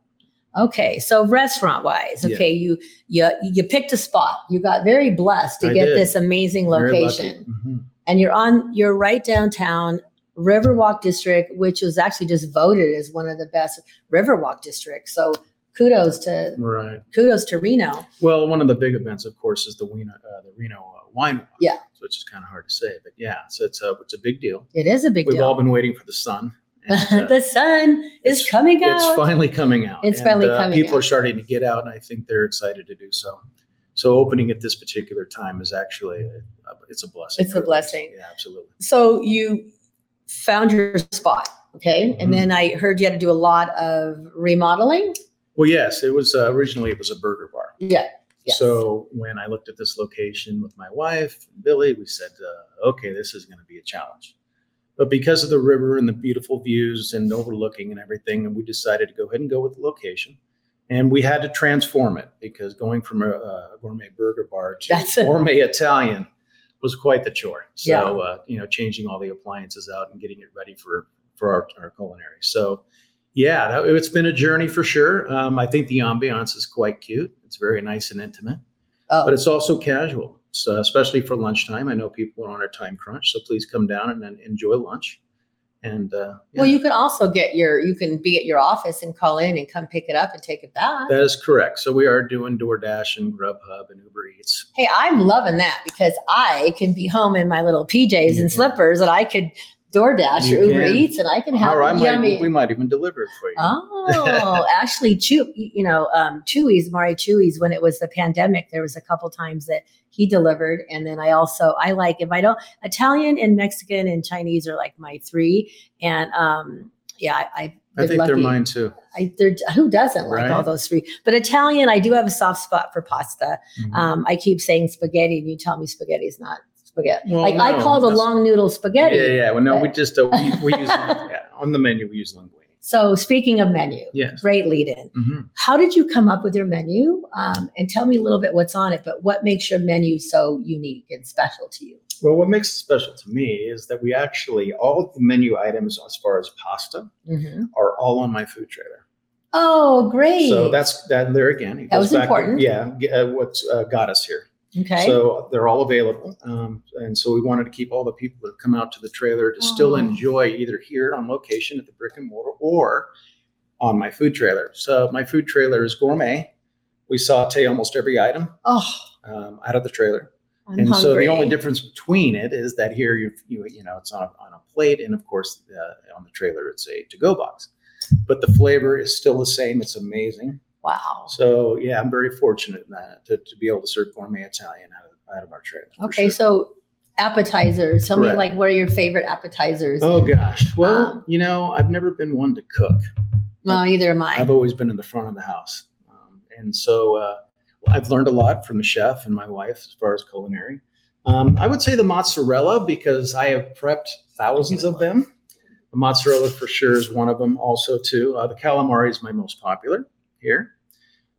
Speaker 1: Okay, so restaurant wise,
Speaker 2: Yeah.
Speaker 1: okay, you you you picked a spot. You got very blessed to
Speaker 2: I
Speaker 1: get
Speaker 2: did.
Speaker 1: this amazing
Speaker 2: Very lucky.
Speaker 1: location,
Speaker 2: Mhm.
Speaker 1: and you're on you're right downtown Riverwalk District, which was actually just voted as one of the best Riverwalk districts. So kudos to
Speaker 2: Right.
Speaker 1: kudos to Reno.
Speaker 2: Well, one of the big events, of course, is the, Wino, uh, the Reno uh, Wine Walk.
Speaker 1: Yeah.
Speaker 2: So it's just kind of hard to say, but yeah, so it's a it's a big deal.
Speaker 1: It is a big
Speaker 2: We've all
Speaker 1: deal.
Speaker 2: been waiting for the sun. and, uh,
Speaker 1: the sun is
Speaker 2: it's-
Speaker 1: coming out.
Speaker 2: it's finally coming out. uh,
Speaker 1: It's finally coming
Speaker 2: People
Speaker 1: out.
Speaker 2: are starting to get out, and I think they're excited to do so. So opening at this particular time is actually a, it's a blessing.
Speaker 1: It's a blessing.
Speaker 2: Yeah, absolutely.
Speaker 1: so you found your spot, okay, and
Speaker 2: Mhm.
Speaker 1: then I heard you had to do a lot of remodeling.
Speaker 2: Well, yes, it was uh, originally it was a burger bar.
Speaker 1: Yeah. Yes.
Speaker 2: So when I looked at this location with my wife, Billy, we said, uh, okay, this is going to be a challenge. But because of the river and the beautiful views and overlooking and everything, and we decided to go ahead and go with the location. And we had to transform it because going from a, a gourmet burger bar to
Speaker 1: That's oh. it.
Speaker 2: gourmet Italian was quite the chore. So,
Speaker 1: Yeah.
Speaker 2: uh, you know, changing all the appliances out and getting it ready for, for our, our culinary. So, yeah, that, it's been a journey for sure. Um, I think the ambiance is quite cute. It's very nice and intimate,
Speaker 1: oh,
Speaker 2: but it's also casual, so especially for lunchtime. I know people are on a time crunch, so please come down and, and enjoy lunch. And uh, yeah,
Speaker 1: well, you can also get your you can be at your office and call in and come pick it up and take it back.
Speaker 2: that is correct. So we are doing DoorDash and Grubhub and Uber Eats.
Speaker 1: Hey, I'm loving that because I can be home in my little PJs
Speaker 2: You can.
Speaker 1: and slippers, and I could DoorDash
Speaker 2: You
Speaker 1: or Uber
Speaker 2: can.
Speaker 1: Eats, and I can have
Speaker 2: Or I
Speaker 1: yummy.
Speaker 2: might, we might even deliver it for you.
Speaker 1: Oh, actually, Chew, you know, um, Chewy's, Mari Chewy's, when it was the pandemic, there was a couple times that he delivered. And then I also, I like, if I don't, Italian and Mexican and Chinese are like my three. And um, yeah, I, I've
Speaker 2: I
Speaker 1: been
Speaker 2: think they're
Speaker 1: lucky.
Speaker 2: mine too.
Speaker 1: I, there, who doesn't like
Speaker 2: Right.
Speaker 1: all those three? But Italian, I do have a soft spot for pasta.
Speaker 2: Mhm.
Speaker 1: Um, I keep saying spaghetti, and you tell me spaghetti is not spaghetti.
Speaker 2: Well,
Speaker 1: like I
Speaker 2: Oh, no,
Speaker 1: call the
Speaker 2: that's-
Speaker 1: long noodle
Speaker 2: yeah,
Speaker 1: spaghetti.
Speaker 2: yeah. Well, no, we
Speaker 1: but-
Speaker 2: just uh, we, we use yeah, on the menu we use linguine.
Speaker 1: So speaking of menu,
Speaker 2: Yes.
Speaker 1: great lead in.
Speaker 2: hmm
Speaker 1: How did you come up with your menu? Um, and tell me a little bit what's on it, but what makes your menu so unique and special to you?
Speaker 2: Well, what makes it special to me is that we actually, all of the menu items as far as pasta are all on my food trailer.
Speaker 1: Oh, great.
Speaker 2: So that's that there again. it
Speaker 1: That
Speaker 2: goes
Speaker 1: was
Speaker 2: back to-
Speaker 1: important.
Speaker 2: yeah. g- Uh, what uh, got us here.
Speaker 1: okay.
Speaker 2: So they're all available. Um, and so we wanted to keep all the people that come out to the trailer to still
Speaker 1: Oh.
Speaker 2: enjoy either here on location at the brick and mortar or on my food trailer. So my food trailer is gourmet. We saute almost every item
Speaker 1: oh,
Speaker 2: um, out of the trailer.
Speaker 1: I'm
Speaker 2: and
Speaker 1: hungry.
Speaker 2: so the only difference between it is that here you you you know it's on a, on a plate, and of course uh, on the trailer it's a to go box. But the flavor is still the same. It's amazing.
Speaker 1: wow.
Speaker 2: So yeah, I'm very fortunate in that to, to be able to serve gourmet Italian out of, out of our trailer. for
Speaker 1: Okay,
Speaker 2: sure.
Speaker 1: so appetizers. Tell me,
Speaker 2: Correct.
Speaker 1: like, what are your favorite appetizers?
Speaker 2: Oh gosh. Well,
Speaker 1: Um,
Speaker 2: you know, I've never been one to cook.
Speaker 1: well, either am I.
Speaker 2: I've always been in the front of the house, um, and so uh, I've learned a lot from the chef and my wife as far as culinary. Um, I would say the mozzarella because I have prepped thousands of them. The mozzarella for sure is one of them. Also, too, uh, the calamari is my most popular here,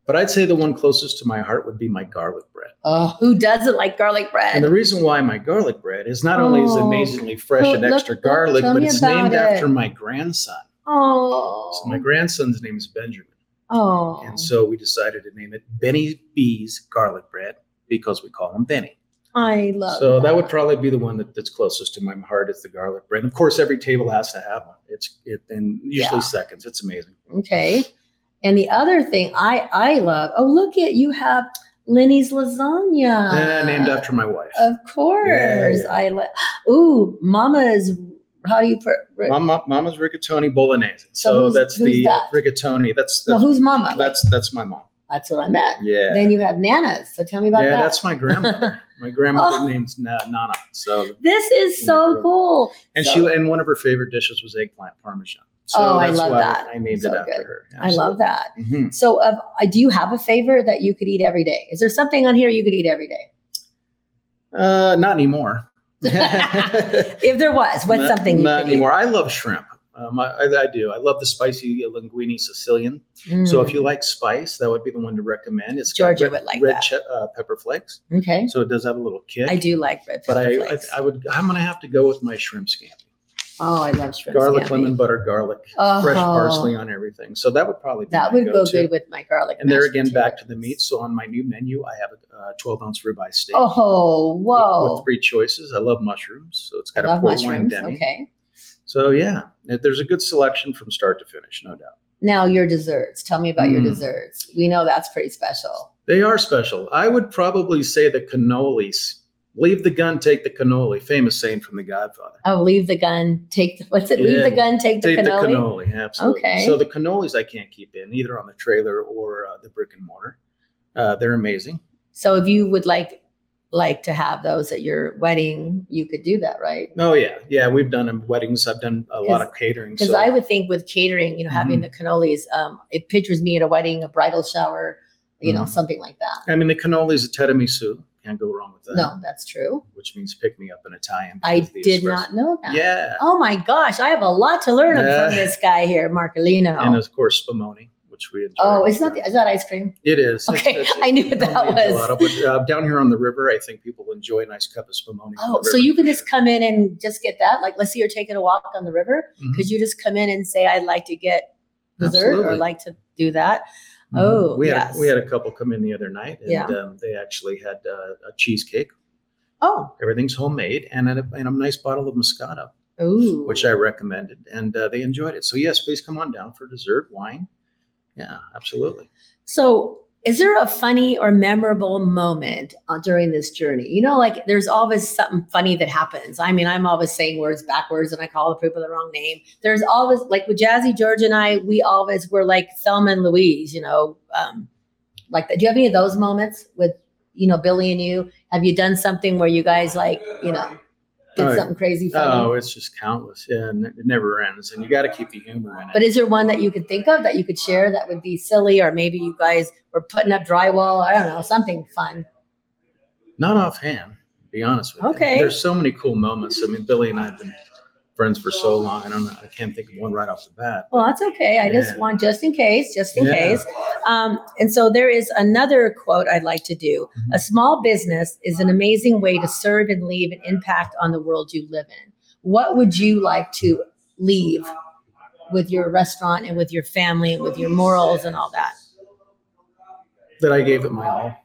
Speaker 2: but I'd say the one closest to my heart would be my garlic bread.
Speaker 1: Oh, who doesn't like garlic bread?
Speaker 2: And the reason why my garlic bread is not only is it
Speaker 1: Oh.
Speaker 2: amazingly fresh
Speaker 1: Well,
Speaker 2: and
Speaker 1: look-
Speaker 2: extra
Speaker 1: look,
Speaker 2: garlic,
Speaker 1: tell
Speaker 2: but
Speaker 1: me
Speaker 2: it's
Speaker 1: about
Speaker 2: named
Speaker 1: it.
Speaker 2: after my grandson.
Speaker 1: oh,
Speaker 2: So my grandson's name is Benjamin.
Speaker 1: oh,
Speaker 2: And so we decided to name it Benny B's Garlic Bread because we call him Benny.
Speaker 1: I love.
Speaker 2: so that. would probably be the one that, that's closest to my heart is the garlic bread. Of course, every table has to have one. It's it and usually
Speaker 1: Yeah.
Speaker 2: seconds. It's amazing.
Speaker 1: Okay. And the other thing I I love. Oh, look at you have Lenny's lasagna.
Speaker 2: Eh, named after my wife.
Speaker 1: Of course,
Speaker 2: yeah.
Speaker 1: I love. Ooh, Mama's. How do you put?
Speaker 2: Mama, Mama's rigatoni bolognese.
Speaker 1: So
Speaker 2: So,
Speaker 1: who's-
Speaker 2: that's
Speaker 1: who's
Speaker 2: the uh,
Speaker 1: that?
Speaker 2: rigatoni. That's
Speaker 1: no,
Speaker 2: that's,
Speaker 1: who's Mama?
Speaker 2: that's that's my mom.
Speaker 1: That's what I meant.
Speaker 2: Yeah.
Speaker 1: Then you have Nana's. So tell me about
Speaker 2: yeah,
Speaker 1: that.
Speaker 2: that's my grandmother. my grandmother
Speaker 1: Oh.
Speaker 2: name's Na- Nana. So
Speaker 1: This is so
Speaker 2: Incredible.
Speaker 1: cool.
Speaker 2: and
Speaker 1: So-
Speaker 2: she and one of her favorite dishes was eggplant parmesan. So
Speaker 1: Oh, I
Speaker 2: that's
Speaker 1: love
Speaker 2: why
Speaker 1: that.
Speaker 2: I named
Speaker 1: So
Speaker 2: it after
Speaker 1: good.
Speaker 2: her.
Speaker 1: I love that.
Speaker 2: hmm
Speaker 1: So, of, uh, do you have a favorite that you could eat every day? Is there something on here you could eat every day?
Speaker 2: Uh, not anymore.
Speaker 1: If there was, what's
Speaker 2: Not-
Speaker 1: something you
Speaker 2: Not
Speaker 1: could eat?
Speaker 2: anymore. I love shrimp. Um, I, I, I do. I love the spicy linguine Sicilian. So if you like spice, that would be the one to recommend. It's got
Speaker 1: Georgia
Speaker 2: red,
Speaker 1: Mm. would like
Speaker 2: red
Speaker 1: that.
Speaker 2: che- uh, pepper flakes,
Speaker 1: Mm, okay,
Speaker 2: so it does have a little kick.
Speaker 1: I do like red
Speaker 2: but
Speaker 1: pepper
Speaker 2: I, I,
Speaker 1: flakes.
Speaker 2: I would. I'm gonna have to go with my shrimp scampi.
Speaker 1: Oh, I love shrimp
Speaker 2: garlic,
Speaker 1: scampi.
Speaker 2: lemon butter, garlic,
Speaker 1: oh,
Speaker 2: fresh parsley on everything. So that would probably be
Speaker 1: That
Speaker 2: my
Speaker 1: would go
Speaker 2: go-to.
Speaker 1: good with my garlic.
Speaker 2: And there
Speaker 1: mashed
Speaker 2: again, back to the
Speaker 1: potatoes.
Speaker 2: meat. So on my new menu, I have a uh, 12 ounce ribeye steak.
Speaker 1: Oh,
Speaker 2: with-
Speaker 1: whoa.
Speaker 2: With three choices. I love mushrooms, so it's
Speaker 1: I
Speaker 2: got a
Speaker 1: love
Speaker 2: port wine
Speaker 1: mushrooms.
Speaker 2: demi.
Speaker 1: Okay.
Speaker 2: So yeah, it- there's a good selection from start to finish, no doubt.
Speaker 1: Now your desserts. Tell me about your
Speaker 2: Mm.
Speaker 1: desserts. We know that's pretty special.
Speaker 2: They are special. I would probably say the cannolis. Leave the gun, take the cannoli. Famous saying from The Godfather.
Speaker 1: Oh, leave the gun. Take the, what's it? Leave
Speaker 2: Yeah.
Speaker 1: the gun. Take the
Speaker 2: Take
Speaker 1: cannoli.
Speaker 2: the cannoli, absolutely.
Speaker 1: Okay.
Speaker 2: So the cannolis I can't keep in either on the trailer or uh, the brick and mortar. Uh, they're amazing.
Speaker 1: So if you would like like to have those at your wedding, you could do that, right?
Speaker 2: Oh yeah, yeah. We've done them weddings. I've done a lot of catering.
Speaker 1: Because
Speaker 2: so-
Speaker 1: I would think with catering, you know,
Speaker 2: Mm-hmm.
Speaker 1: having the cannolis, um, it pictures me at a wedding, a bridal shower, you know,
Speaker 2: Mhm.
Speaker 1: something like that.
Speaker 2: I mean, the cannoli is a tiramisu. Can't go wrong with that.
Speaker 1: No, that's true.
Speaker 2: Which means pick me up in Italian.
Speaker 1: I
Speaker 2: because the
Speaker 1: did
Speaker 2: espresso-
Speaker 1: not know that.
Speaker 2: Yeah.
Speaker 1: Oh my gosh, I have a lot to learn
Speaker 2: Yeah.
Speaker 1: from this guy here,
Speaker 2: and
Speaker 1: Marcolino.
Speaker 2: of course spumoni, which we enjoy.
Speaker 1: Oh, it's not the, is that ice cream?
Speaker 2: it is. It's-
Speaker 1: Okay,
Speaker 2: it's-
Speaker 1: I knew what
Speaker 2: it's
Speaker 1: that
Speaker 2: only a
Speaker 1: was.
Speaker 2: gelato, but, uh, down here on the river, I think people enjoy a nice cup of spumoni. on
Speaker 1: Oh,
Speaker 2: the
Speaker 1: so
Speaker 2: river
Speaker 1: you can
Speaker 2: for
Speaker 1: just come in and just get that? Like, let's say you're taking a walk on the river.
Speaker 2: sure. Mhm.
Speaker 1: Could you just come in and say, I'd like to get dessert or
Speaker 2: Absolutely.
Speaker 1: like to do that?
Speaker 2: Mhm.
Speaker 1: oh,
Speaker 2: we had
Speaker 1: yes.
Speaker 2: we had a couple come in the other night, and
Speaker 1: Yeah.
Speaker 2: um, they actually had uh, a cheesecake.
Speaker 1: Oh,
Speaker 2: Everything's homemade, and a, and a nice bottle of Moscato,
Speaker 1: ooh.
Speaker 2: which I recommended, and uh, they enjoyed it. So yes, please come on down for dessert, wine. Yeah, absolutely.
Speaker 1: So, is there a funny or memorable moment uh, during this journey? You know, like there's always something funny that happens. I mean, I'm always saying words backwards and I call the people the wrong name. There's always, like with Jazzy George and I, we always were like Thelma and Louise, you know, um, like that. Do you have any of those moments with, you know, Billy and you? Have you done something where you guys like, you know, did
Speaker 2: Oh,
Speaker 1: something crazy funny?
Speaker 2: Oh, it's just countless. Yeah, and it never ends, and you got to keep the humor in it.
Speaker 1: But is there one that you could think of that you could share that would be silly, or maybe you guys were putting up drywall? I don't know, something fun.
Speaker 2: Not offhand, to be honest with you.
Speaker 1: Okay.
Speaker 2: There's so many cool moments. I mean, Billy and I have been friends for so long. I don't know. I can't think of one right off the bat.
Speaker 1: Well, that's okay. I just
Speaker 2: Yeah.
Speaker 1: want just in case, just in
Speaker 2: Yeah.
Speaker 1: case. Um, and so there is another quote I'd like to do.
Speaker 2: Mm-hmm.
Speaker 1: A small business is an amazing way to serve and leave an impact on the world you live in. What would you like to leave with your restaurant and with your family and with your morals and all that?
Speaker 2: That I gave it my all.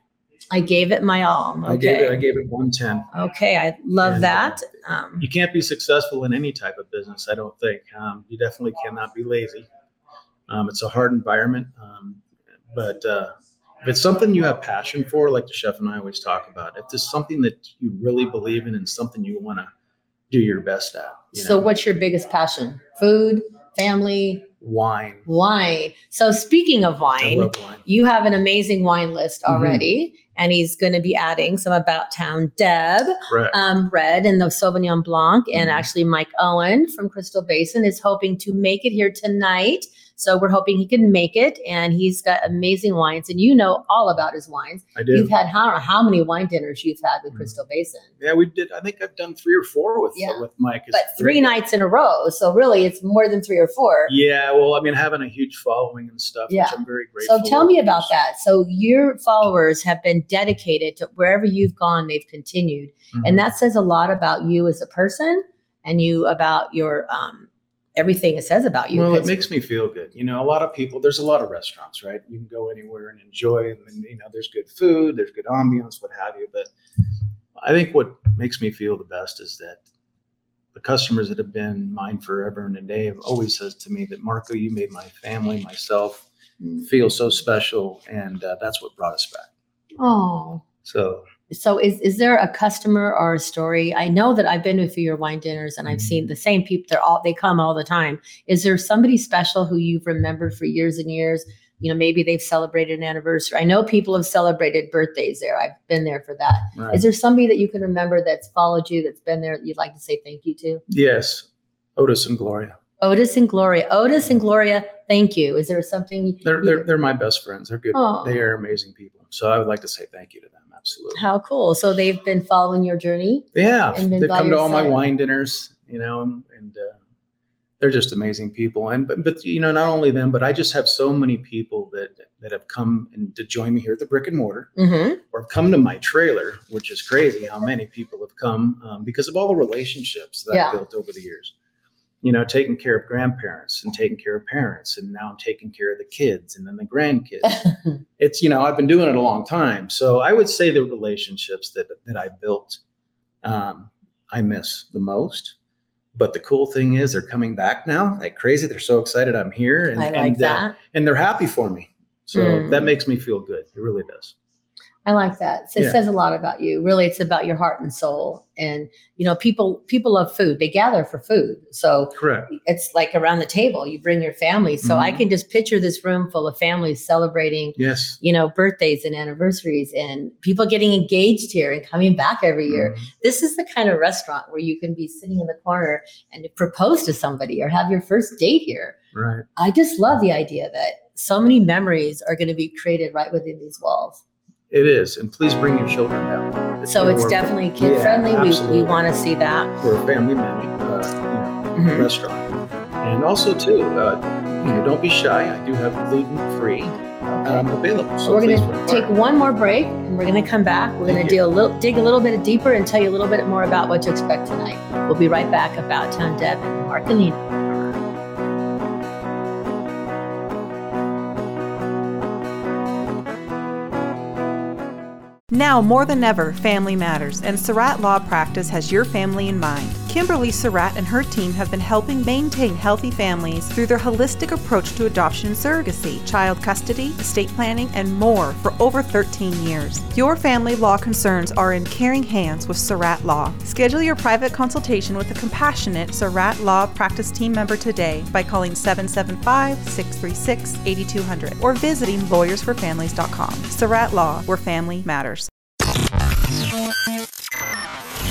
Speaker 1: I gave it my all.
Speaker 2: I gave it. I
Speaker 1: Okay.
Speaker 2: gave it one ten.
Speaker 1: Okay. I love
Speaker 2: And, uh,
Speaker 1: that. Um,
Speaker 2: You can't be successful in any type of business. I don't think. Um, you definitely cannot be lazy. Um, it's a hard environment, um, but uh, if it's something you have passion for, like the chef and I always talk about, if there's something that you really believe in and something you want to do your best at. you
Speaker 1: so,
Speaker 2: know,
Speaker 1: what's your biggest passion? Food, family,
Speaker 2: wine.
Speaker 1: wine. So, speaking of
Speaker 2: I
Speaker 1: wine,
Speaker 2: love wine.
Speaker 1: you have an amazing wine list
Speaker 2: Mhm.
Speaker 1: already, and he's going to be adding some About Town Deb,
Speaker 2: Correct.
Speaker 1: um, Red, and the Sauvignon Blanc, and
Speaker 2: Mhm.
Speaker 1: actually Mike Owen from Crystal Basin is hoping to make it here tonight. So we're hoping he can make it, and he's got amazing wines, and you know all about his wines.
Speaker 2: I do.
Speaker 1: You've had how how many wine dinners you've had with
Speaker 2: Mhm.
Speaker 1: Crystal Basin?
Speaker 2: Yeah, we did. I think I've done three or four with
Speaker 1: Yeah.
Speaker 2: with Mike. It's
Speaker 1: But three nights in a row, so really it's more than three or four.
Speaker 2: Yeah, well, I mean, having a huge following and stuff,
Speaker 1: Yeah.
Speaker 2: which I'm very grateful.
Speaker 1: So tell me about
Speaker 2: for.
Speaker 1: that. So your followers have been dedicated to wherever you've gone, they've continued.
Speaker 2: Mhm.
Speaker 1: and that says a lot about you as a person and you about your um everything it says about you
Speaker 2: Well, it
Speaker 1: 'Cause-
Speaker 2: makes me feel good. You know, a lot of people, there's a lot of restaurants, right? You can go anywhere and enjoy, and you know, there's good food, there's good ambiance, what have you. But I think what makes me feel the best is that the customers that have been mine forever and a day have always says to me that Marco, you made my family, myself
Speaker 1: Mm.
Speaker 2: feel so special, and uh, that's what brought us back.
Speaker 1: oh
Speaker 2: So
Speaker 1: so is is there a customer or a story i know that i've been with your wine dinners and i've
Speaker 2: Mm-hmm.
Speaker 1: seen the same people they're all they come all the time is there somebody special who you've remembered for years and years you know maybe they've celebrated an anniversary i know people have celebrated birthdays there i've been there for that. Is
Speaker 2: right.
Speaker 1: there somebody that you can remember that's followed you that's been there that you'd like to say thank you to
Speaker 2: yes, Otis and Gloria.
Speaker 1: Otis and Gloria. Otis and Gloria, thank you. Is there something?
Speaker 2: They're,
Speaker 1: you-
Speaker 2: they're, they're my best friends. They're good.
Speaker 1: Aw.
Speaker 2: They are amazing people. So I would like to say thank you to them. Absolutely.
Speaker 1: How cool. So they've been following your journey.
Speaker 2: yeah.
Speaker 1: and been
Speaker 2: They've
Speaker 1: by
Speaker 2: come to
Speaker 1: your
Speaker 2: all my
Speaker 1: side.
Speaker 2: wine dinners, you know, and, and uh, they're just amazing people. And, but, but, you know, not only them, but I just have so many people that, that have come and to join me here at the brick and mortar
Speaker 1: Mm-hmm.
Speaker 2: or have come to my trailer, which is crazy how many people have come um, because of all the relationships that
Speaker 1: Yeah.
Speaker 2: I've built over the years. you know, taking care of grandparents and taking care of parents, and now I'm taking care of the kids and then the grandkids. it's you know, I've been doing it a long time, so I would say the relationships that that I built, um, I miss the most. But the cool thing is, they're coming back now like crazy. They're so excited I'm here, and
Speaker 1: I like
Speaker 2: and, uh,
Speaker 1: that.
Speaker 2: and they're happy for me. So
Speaker 1: Mm.
Speaker 2: that makes me feel good. It really does.
Speaker 1: I like that. So it
Speaker 2: Yeah.
Speaker 1: says a lot about you. Really, it's about your heart and soul. And you know, people people love food. They gather for food. So
Speaker 2: Correct.
Speaker 1: it's like around the table. You bring your family. So I
Speaker 2: Mhm.
Speaker 1: can just picture this room full of families celebrating,
Speaker 2: Yes.
Speaker 1: you know, birthdays and anniversaries, and people getting engaged here and coming back every year.
Speaker 2: Mhm.
Speaker 1: This is the kind of restaurant where you can be sitting in the corner and propose to somebody or have your first date here.
Speaker 2: Right.
Speaker 1: I just love the idea that so many memories are going to be created right within these walls.
Speaker 2: It is. And please bring your children down.
Speaker 1: So it's
Speaker 2: We're-
Speaker 1: definitely kid
Speaker 2: Yeah,
Speaker 1: friendly. we, we
Speaker 2: absolutely.
Speaker 1: want to see that.
Speaker 2: We're a family man, uh, you
Speaker 1: Mm-hmm.
Speaker 2: know, restaurant. And also, too, uh, you know, don't be shy. I do have gluten free um, available.
Speaker 1: So
Speaker 2: So
Speaker 1: we're going
Speaker 2: please
Speaker 1: to
Speaker 2: work
Speaker 1: take
Speaker 2: hard.
Speaker 1: one more break and we're going to come back. We're going to
Speaker 2: Thank
Speaker 1: deal a little, dig a little bit deeper and tell you a little bit more about what to expect tonight. We'll be right back about Town Deb and Mark and Lena.
Speaker 4: Now more than ever, family matters, and Surratt Law Practice has your family in mind. Kimberly Surratt and her team have been helping maintain healthy families through their holistic approach to adoption and surrogacy, child custody, estate planning, and more for over 13 years. Your family law concerns are in caring hands with Surratt Law. Schedule your private consultation with a compassionate Surratt Law Practice team member today by calling 775 636 8200 or visiting lawyersforfamilies.com. Surratt Law, where family matters.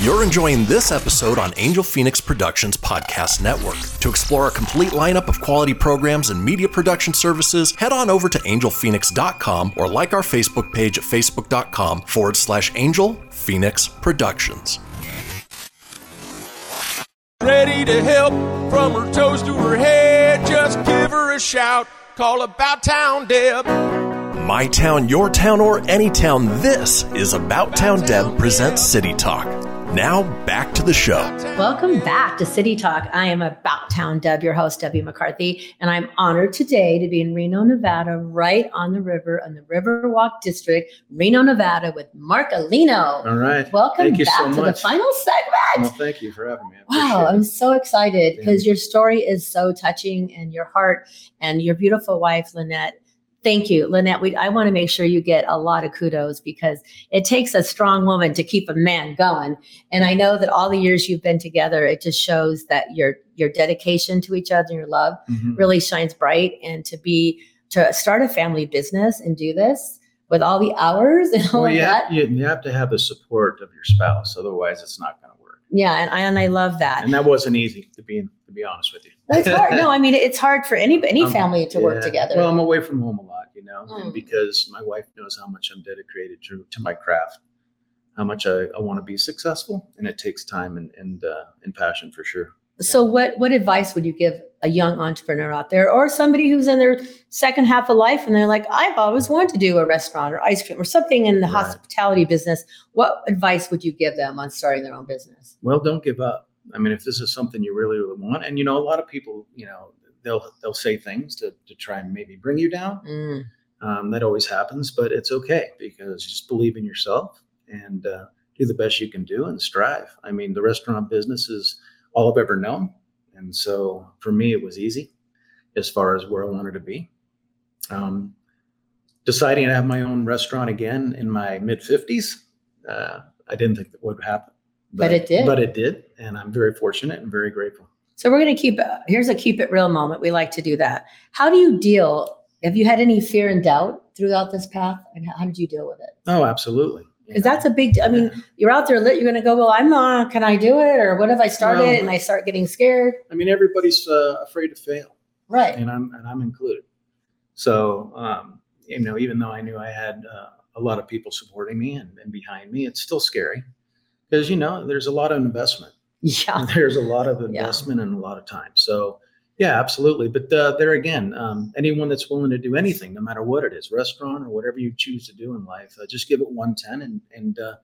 Speaker 5: You're enjoying this episode on Angel Phoenix Productions Podcast Network. To explore a complete lineup of quality programs and media production services, head on over to angelphoenix.com or like our Facebook page at facebook.com forward slash Angel Phoenix Productions.
Speaker 3: Ready to help from her toes to her head. Just give her a shout. Call About Town Deb.
Speaker 5: My town, your town, or any town, this is About Town Deb presents City Talk. Now back to the show.
Speaker 1: Welcome back to City Talk. I am About Town Deb, your host, Debbie McCarthy, and I'm honored today to be in Reno, Nevada, right on the river in the Riverwalk District, Reno, Nevada, with Mark Alino.
Speaker 2: All right.
Speaker 1: Welcome
Speaker 2: Uh, Thank you
Speaker 1: back
Speaker 2: so
Speaker 1: to the
Speaker 2: much.
Speaker 1: final segment.
Speaker 2: Well, thank you for having me. I
Speaker 1: Wow,
Speaker 2: appreciate
Speaker 1: I'm
Speaker 2: it.
Speaker 1: so excited
Speaker 2: Yeah.
Speaker 1: because your story is so touching and your heart and your beautiful wife, Lynette. Thank you, Lynette. We, I want to make sure you get a lot of kudos because it takes a strong woman to keep a man going. And I know that all the years you've been together, it just shows that your your dedication to each other and your love
Speaker 2: Mhm.
Speaker 1: really shines bright. And to be to start a family business and do this with all the hours and all
Speaker 2: Well,
Speaker 1: of
Speaker 2: you,
Speaker 1: that.
Speaker 2: have, you, you have to have the support of your spouse, otherwise it's not going to work.
Speaker 1: Yeah, and I and I love that.
Speaker 2: And that wasn't easy to be to be honest with you.
Speaker 1: No, it's hard. No, I mean it's hard for any any
Speaker 2: Um,
Speaker 1: family to work
Speaker 2: yeah.
Speaker 1: together.
Speaker 2: Well, I'm away from home a lot, you know,
Speaker 1: Mm.
Speaker 2: and because my wife knows how much I'm dedicated to, to my craft, how much I, I want to be successful, and it takes time and and, uh, and passion for sure.
Speaker 1: so, what what advice would you give a young entrepreneur out there, or somebody who's in their second half of life and they're like, I've always wanted to do a restaurant or ice cream or something in the
Speaker 2: Right.
Speaker 1: hospitality business? What advice would you give them on starting their own business?
Speaker 2: Well, don't give up. I mean, if this is something you really really want, and you know, a lot of people, you know, they'll they'll say things to to try and maybe bring you down.
Speaker 1: Mm,
Speaker 2: Um, that always happens, but it's okay because just believe in yourself and uh, do the best you can do and strive. I mean, the restaurant business is all I've ever known. And so for me, it was easy as far as where I wanted to be. Um, deciding to have my own restaurant again in my mid 50s, uh, I didn't think that would happen.
Speaker 1: But it did.
Speaker 2: But it did. And I'm very fortunate and very grateful.
Speaker 1: So we're gonna keep uh, here's a keep it real moment. We like to do that. How do you deal? Have you had any fear and doubt throughout this path, and how did you deal with it?
Speaker 2: Oh, absolutely. You
Speaker 1: Because
Speaker 2: know?
Speaker 1: that's a big. I mean, you're out there lit. You're going to go. Well, I'm not. Can I do it? Or what if I start
Speaker 2: Well-
Speaker 1: it and I start getting scared?
Speaker 2: I mean, everybody's uh, afraid to fail.
Speaker 1: Right.
Speaker 2: and I'm and I'm included. So um, you know, even though I knew I had uh, a lot of people supporting me and, and behind me, it's still scary because you know there's a lot of investment.
Speaker 1: Yeah.
Speaker 2: There's a lot of
Speaker 1: Ah. Yeah.
Speaker 2: investment and a lot of time. So yeah, absolutely. But uh, there again, um, anyone that's willing to do anything, no matter what it is, restaurant or whatever you choose to do in life, uh, just give it 110 and and uh,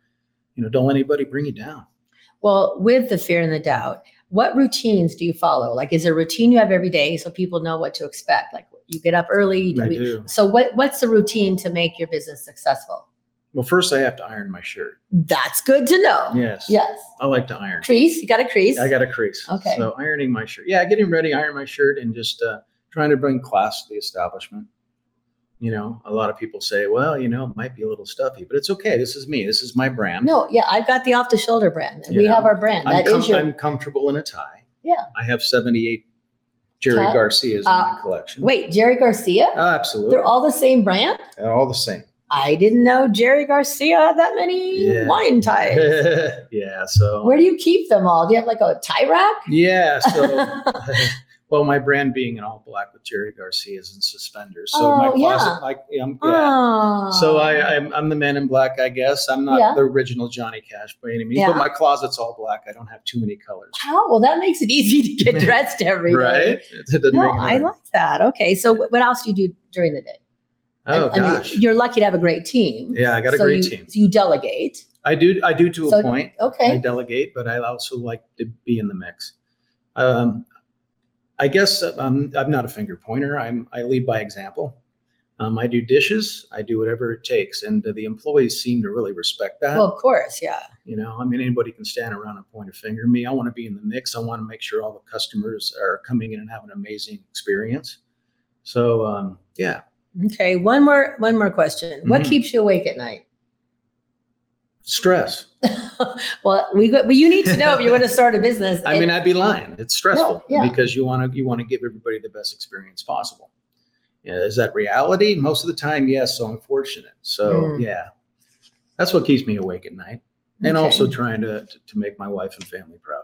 Speaker 2: you know don't let anybody bring you down.
Speaker 1: Well, with the fear and the doubt, what routines do you follow? Like, is there a routine you have every day so people know what to expect? Like, you get up early. you
Speaker 2: I
Speaker 1: do-
Speaker 2: do.
Speaker 1: So, what what's the routine to make your business successful?
Speaker 2: Well, first I have to iron my shirt.
Speaker 1: That's good to know.
Speaker 2: Yes.
Speaker 1: Yes.
Speaker 2: I like to iron.
Speaker 1: Crease. You got a crease.
Speaker 2: I got a crease.
Speaker 1: Okay.
Speaker 2: So ironing my shirt. Yeah, getting ready, iron my shirt, and just uh, trying to bring class to the establishment. You know, a lot of people say, well, you know, it might be a little stuffy, but it's okay. This is me. This is my brand.
Speaker 1: no. Yeah, I've got the off the shoulder brand. and we
Speaker 2: Yeah.
Speaker 1: have our brand.
Speaker 2: I'm,
Speaker 1: That is
Speaker 2: com-
Speaker 1: your.
Speaker 2: I'm comfortable in a tie.
Speaker 1: Yeah.
Speaker 2: I have 78 Jerry
Speaker 1: Tie?
Speaker 2: Garcias in
Speaker 1: Uh,
Speaker 2: my collection.
Speaker 1: wait, Jerry Garcia.
Speaker 2: Oh, absolutely.
Speaker 1: They're all the same brand.
Speaker 2: They're all the same.
Speaker 1: I didn't know Jerry Garcia had that many
Speaker 2: Yeah.
Speaker 1: wine ties.
Speaker 2: yeah. So.
Speaker 1: Where do you keep them all? Do you have like a tie rack?
Speaker 2: Yeah. So, well, my brand being an all black with Jerry Garcia's and suspenders. So my
Speaker 1: Oh, yeah.
Speaker 2: closet, like, I'm, yeah.
Speaker 1: Oh.
Speaker 2: So I, I'm, I'm the man in black, I guess. I'm not
Speaker 1: Yeah.
Speaker 2: the original Johnny Cash by any means,
Speaker 1: Yeah.
Speaker 2: but my closet's all black. I don't have too many colors.
Speaker 1: Wow. Well, that makes it easy to get dressed every day.
Speaker 2: Right? It doesn't
Speaker 1: No,
Speaker 2: make
Speaker 1: I
Speaker 2: sense.
Speaker 1: like that. Okay. So wh- what else do you do during the day?
Speaker 2: Oh
Speaker 1: I- I mean,
Speaker 2: gosh.
Speaker 1: you're lucky to have a great team.
Speaker 2: yeah, I got a
Speaker 1: So
Speaker 2: great
Speaker 1: you-
Speaker 2: team.
Speaker 1: So you delegate.
Speaker 2: I do. I do to a
Speaker 1: So-
Speaker 2: point. I
Speaker 1: Okay.
Speaker 2: delegate, but I also like to be in the mix. Um, I guess I'm, I'm not a finger pointer. I'm, I lead by example. Um, I do dishes. I do whatever it takes, and the employees seem to really respect that.
Speaker 1: Well, of course. Yeah.
Speaker 2: you know, I mean, anybody can stand around and point a finger at me. I want to be in the mix. I want to make sure all the customers are coming in and have an amazing experience. So, um, yeah,
Speaker 1: Okay. One more, one more question. What
Speaker 2: Mhm.
Speaker 1: keeps you awake at night?
Speaker 2: stress.
Speaker 1: well, we go, well, you need to know if you're going to start a business.
Speaker 2: I mean, I'd be lying. It's stressful
Speaker 1: yeah.
Speaker 2: because you want to you want to give everybody the best experience possible. Yeah, is that reality? Most of the time, yes. So unfortunate. So
Speaker 1: Mm.
Speaker 2: yeah, that's what keeps me awake at night, and
Speaker 1: Okay.
Speaker 2: also trying to to- to make my wife and family proud.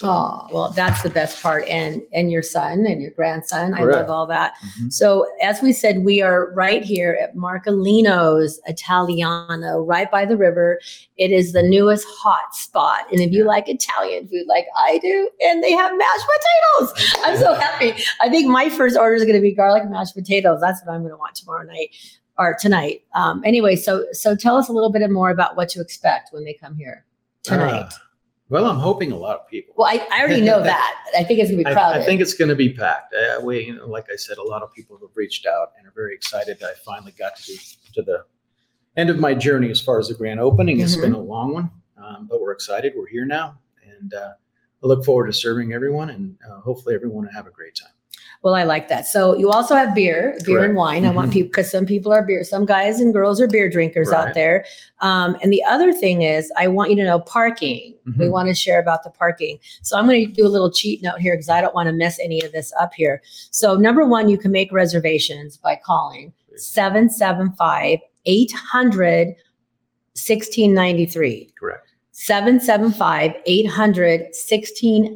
Speaker 1: Oh, well, that's the best part. And and your son and your grandson. I
Speaker 2: Correct.
Speaker 1: love all that.
Speaker 2: Mhm.
Speaker 1: So as we said, we are right here at Marcolino's Italiano, right by the river. It is the newest hot spot. And if you like Italian food like I do, and they have mashed potatoes. I'm so happy. I think my first order is going to be garlic mashed potatoes. That's what I'm going to want tomorrow night or tonight. Um, anyway, so so tell us a little bit more about what you expect when they come here tonight.
Speaker 2: Ah. well, I'm hoping a lot of people.
Speaker 1: Well, I, I already know that. I think it's gonna be
Speaker 2: I,
Speaker 1: crowded.
Speaker 2: I think it's going to be packed. Uh, we, you know, like I said, a lot of people have reached out and are very excited that I finally got to do, to the end of my journey as far as the grand opening. It's been
Speaker 1: Mm-hmm.
Speaker 2: a long one, um, but we're excited. We're here now, and uh, I look forward to serving everyone, and uh, hopefully, everyone will have a great time.
Speaker 1: well, I like that. So you also have beer, beer
Speaker 2: Correct.
Speaker 1: and wine. I want
Speaker 2: Mhm.
Speaker 1: people because some people are beer, some guys and girls are beer drinkers
Speaker 2: Right.
Speaker 1: out there. Um, and the other thing is, I want you to know parking. We
Speaker 2: Mhm.
Speaker 1: want to share about the parking. So I'm going to do a little cheat note here because I don't want to mess any of this up here. So number one, you can make reservations by calling 775 800 1693.
Speaker 2: Correct.
Speaker 1: 775 800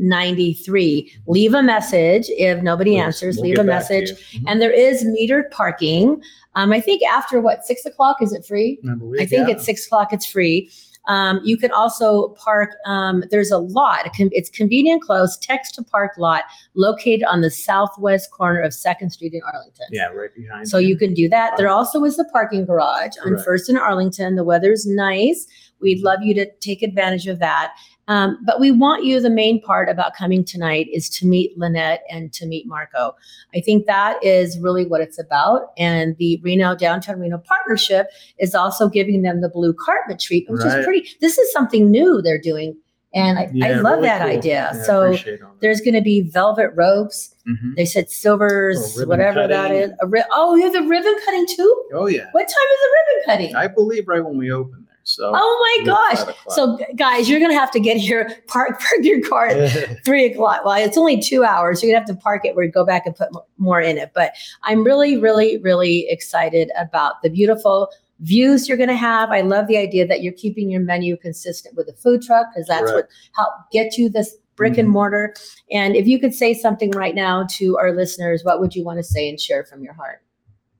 Speaker 1: 1693. Leave a message if nobody answers.
Speaker 2: We'll
Speaker 1: leave
Speaker 2: get
Speaker 1: a
Speaker 2: back to
Speaker 1: message.
Speaker 2: you. Mhm.
Speaker 1: And there is metered parking. Um, I think after what, six o'clock? Is it free?
Speaker 2: I, believe,
Speaker 1: I think
Speaker 2: yeah.
Speaker 1: at six o'clock it's free. Um, you can also park. Um, there's a lot. It can- It's convenient, close, text to park lot located on the southwest corner of Second Street in Arlington.
Speaker 2: Yeah, right behind.
Speaker 1: So you can do that. There also is the parking garage on
Speaker 2: Correct.
Speaker 1: First and Arlington. The weather's nice. We'd love you to take advantage of that. Um, but we want you, the main part about coming tonight is to meet Lynette and to meet Marco. I think that is really what it's about. And the Reno Downtown Reno Partnership is also giving them the blue carpet treatment, which
Speaker 2: Right.
Speaker 1: is pretty. This is something new they're doing. And I,
Speaker 2: Yeah,
Speaker 1: I love
Speaker 2: really
Speaker 1: that
Speaker 2: cool.
Speaker 1: idea.
Speaker 2: Yeah,
Speaker 1: so
Speaker 2: appreciate all that.
Speaker 1: there's going to be velvet ropes.
Speaker 2: Mhm.
Speaker 1: They said silvers,
Speaker 2: Or Oh, ribbon
Speaker 1: whatever that
Speaker 2: cutting.
Speaker 1: is. A ri- oh, you have the ribbon cutting too?
Speaker 2: Oh yeah,
Speaker 1: What time is the ribbon cutting?
Speaker 2: I believe right when we open there. So.
Speaker 1: oh my
Speaker 2: it's
Speaker 1: gosh.
Speaker 2: five o'clock.
Speaker 1: So g- guys, you're gonna have to get here, park, park your car at three o'clock. Well, it's only two hours. You're gonna have to park it where you go back and put m- more in it. But I'm really, really, really excited about the beautiful views you're gonna have. I love the idea that you're keeping your menu consistent with the food truck because that's what
Speaker 2: Correct.
Speaker 1: helped get you this brick and
Speaker 2: Mhm.
Speaker 1: mortar. And if you could say something right now to our listeners, what would you want to say and share from your heart?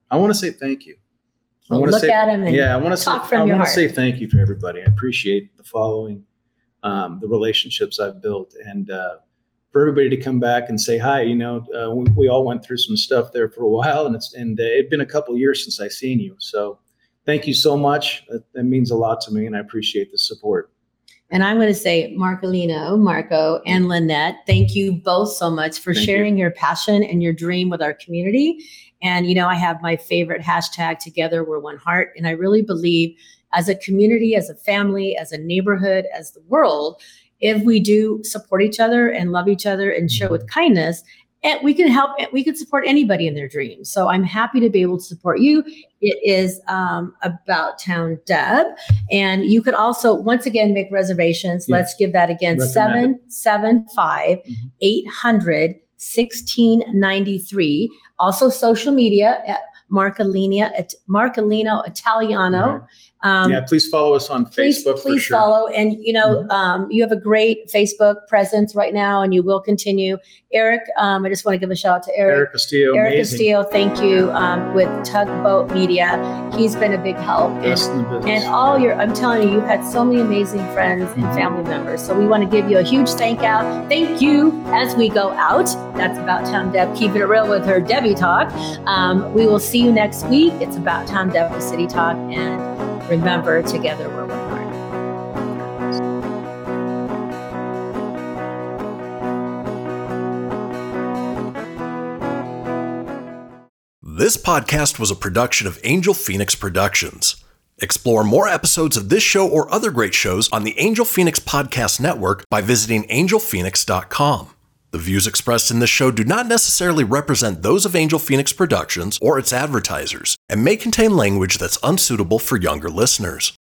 Speaker 2: I want to say thank you. I want to
Speaker 1: look
Speaker 2: say
Speaker 1: at them and
Speaker 2: yeah, I want to say,
Speaker 1: talk from
Speaker 2: I
Speaker 1: your
Speaker 2: want
Speaker 1: heart.
Speaker 2: to say thank you to everybody. I appreciate the following, um, the relationships I've built, and uh, for everybody to come back and say hi. You know, uh, we, we all went through some stuff there for a while, and it's and uh, it'd been a couple years since I seen you. So, thank you so much. That, that means a lot to me, and I appreciate the support.
Speaker 1: And I'm going to say, Marcolino, Marco, and Lynette, thank you both so much for
Speaker 2: Thank you.
Speaker 1: sharing your passion and your dream with our community. And, you know, I have my favorite hashtag, Together We're One Heart. And I really believe as a community, as a family, as a neighborhood, as the world, if we do support each other and love each other and show with kindness, and we can help, eh, we can support anybody in their dreams. So I'm happy to be able to support you. It is um, About Town Deb. And you could also, once again, make reservations.
Speaker 2: Yeah.
Speaker 1: Let's give that again
Speaker 2: Recommend
Speaker 1: 775
Speaker 2: Mhm.
Speaker 1: 800 1693. Also, social media at Marcolina, at Marcolino Italiano. Um,
Speaker 2: Mm-hmm. yeah, please follow us on
Speaker 1: please,
Speaker 2: Facebook for
Speaker 1: please
Speaker 2: sure. Mm-hmm.
Speaker 1: follow. And you know, um, you have a great Facebook presence right now, and you will continue. Eric, um, I just want to give a shout out to Eric.
Speaker 2: Eric Castillo,
Speaker 1: Eric
Speaker 2: amazing.
Speaker 1: Castillo, thank you um, with Tugboat Media. He's been a big help. And,
Speaker 2: Best in the business.
Speaker 1: and all your, I'm telling you, you've had so many amazing friends and
Speaker 2: Mhm.
Speaker 1: family members. So we want to give you a huge thank out. Thank you as we go out. That's About Time Deb, keeping it real with her Debbie Talk. Um, we will see you next week. It's About Time Deb with City Talk. And remember, together we're one heart.
Speaker 5: This podcast was a production of Angel Phoenix Productions. Explore more episodes of this show or other great shows on the Angel Phoenix Podcast Network by visiting angelphoenix.com. The views expressed in this show do not necessarily represent those of Angel Phoenix Productions or its advertisers and may contain language that's unsuitable for younger listeners.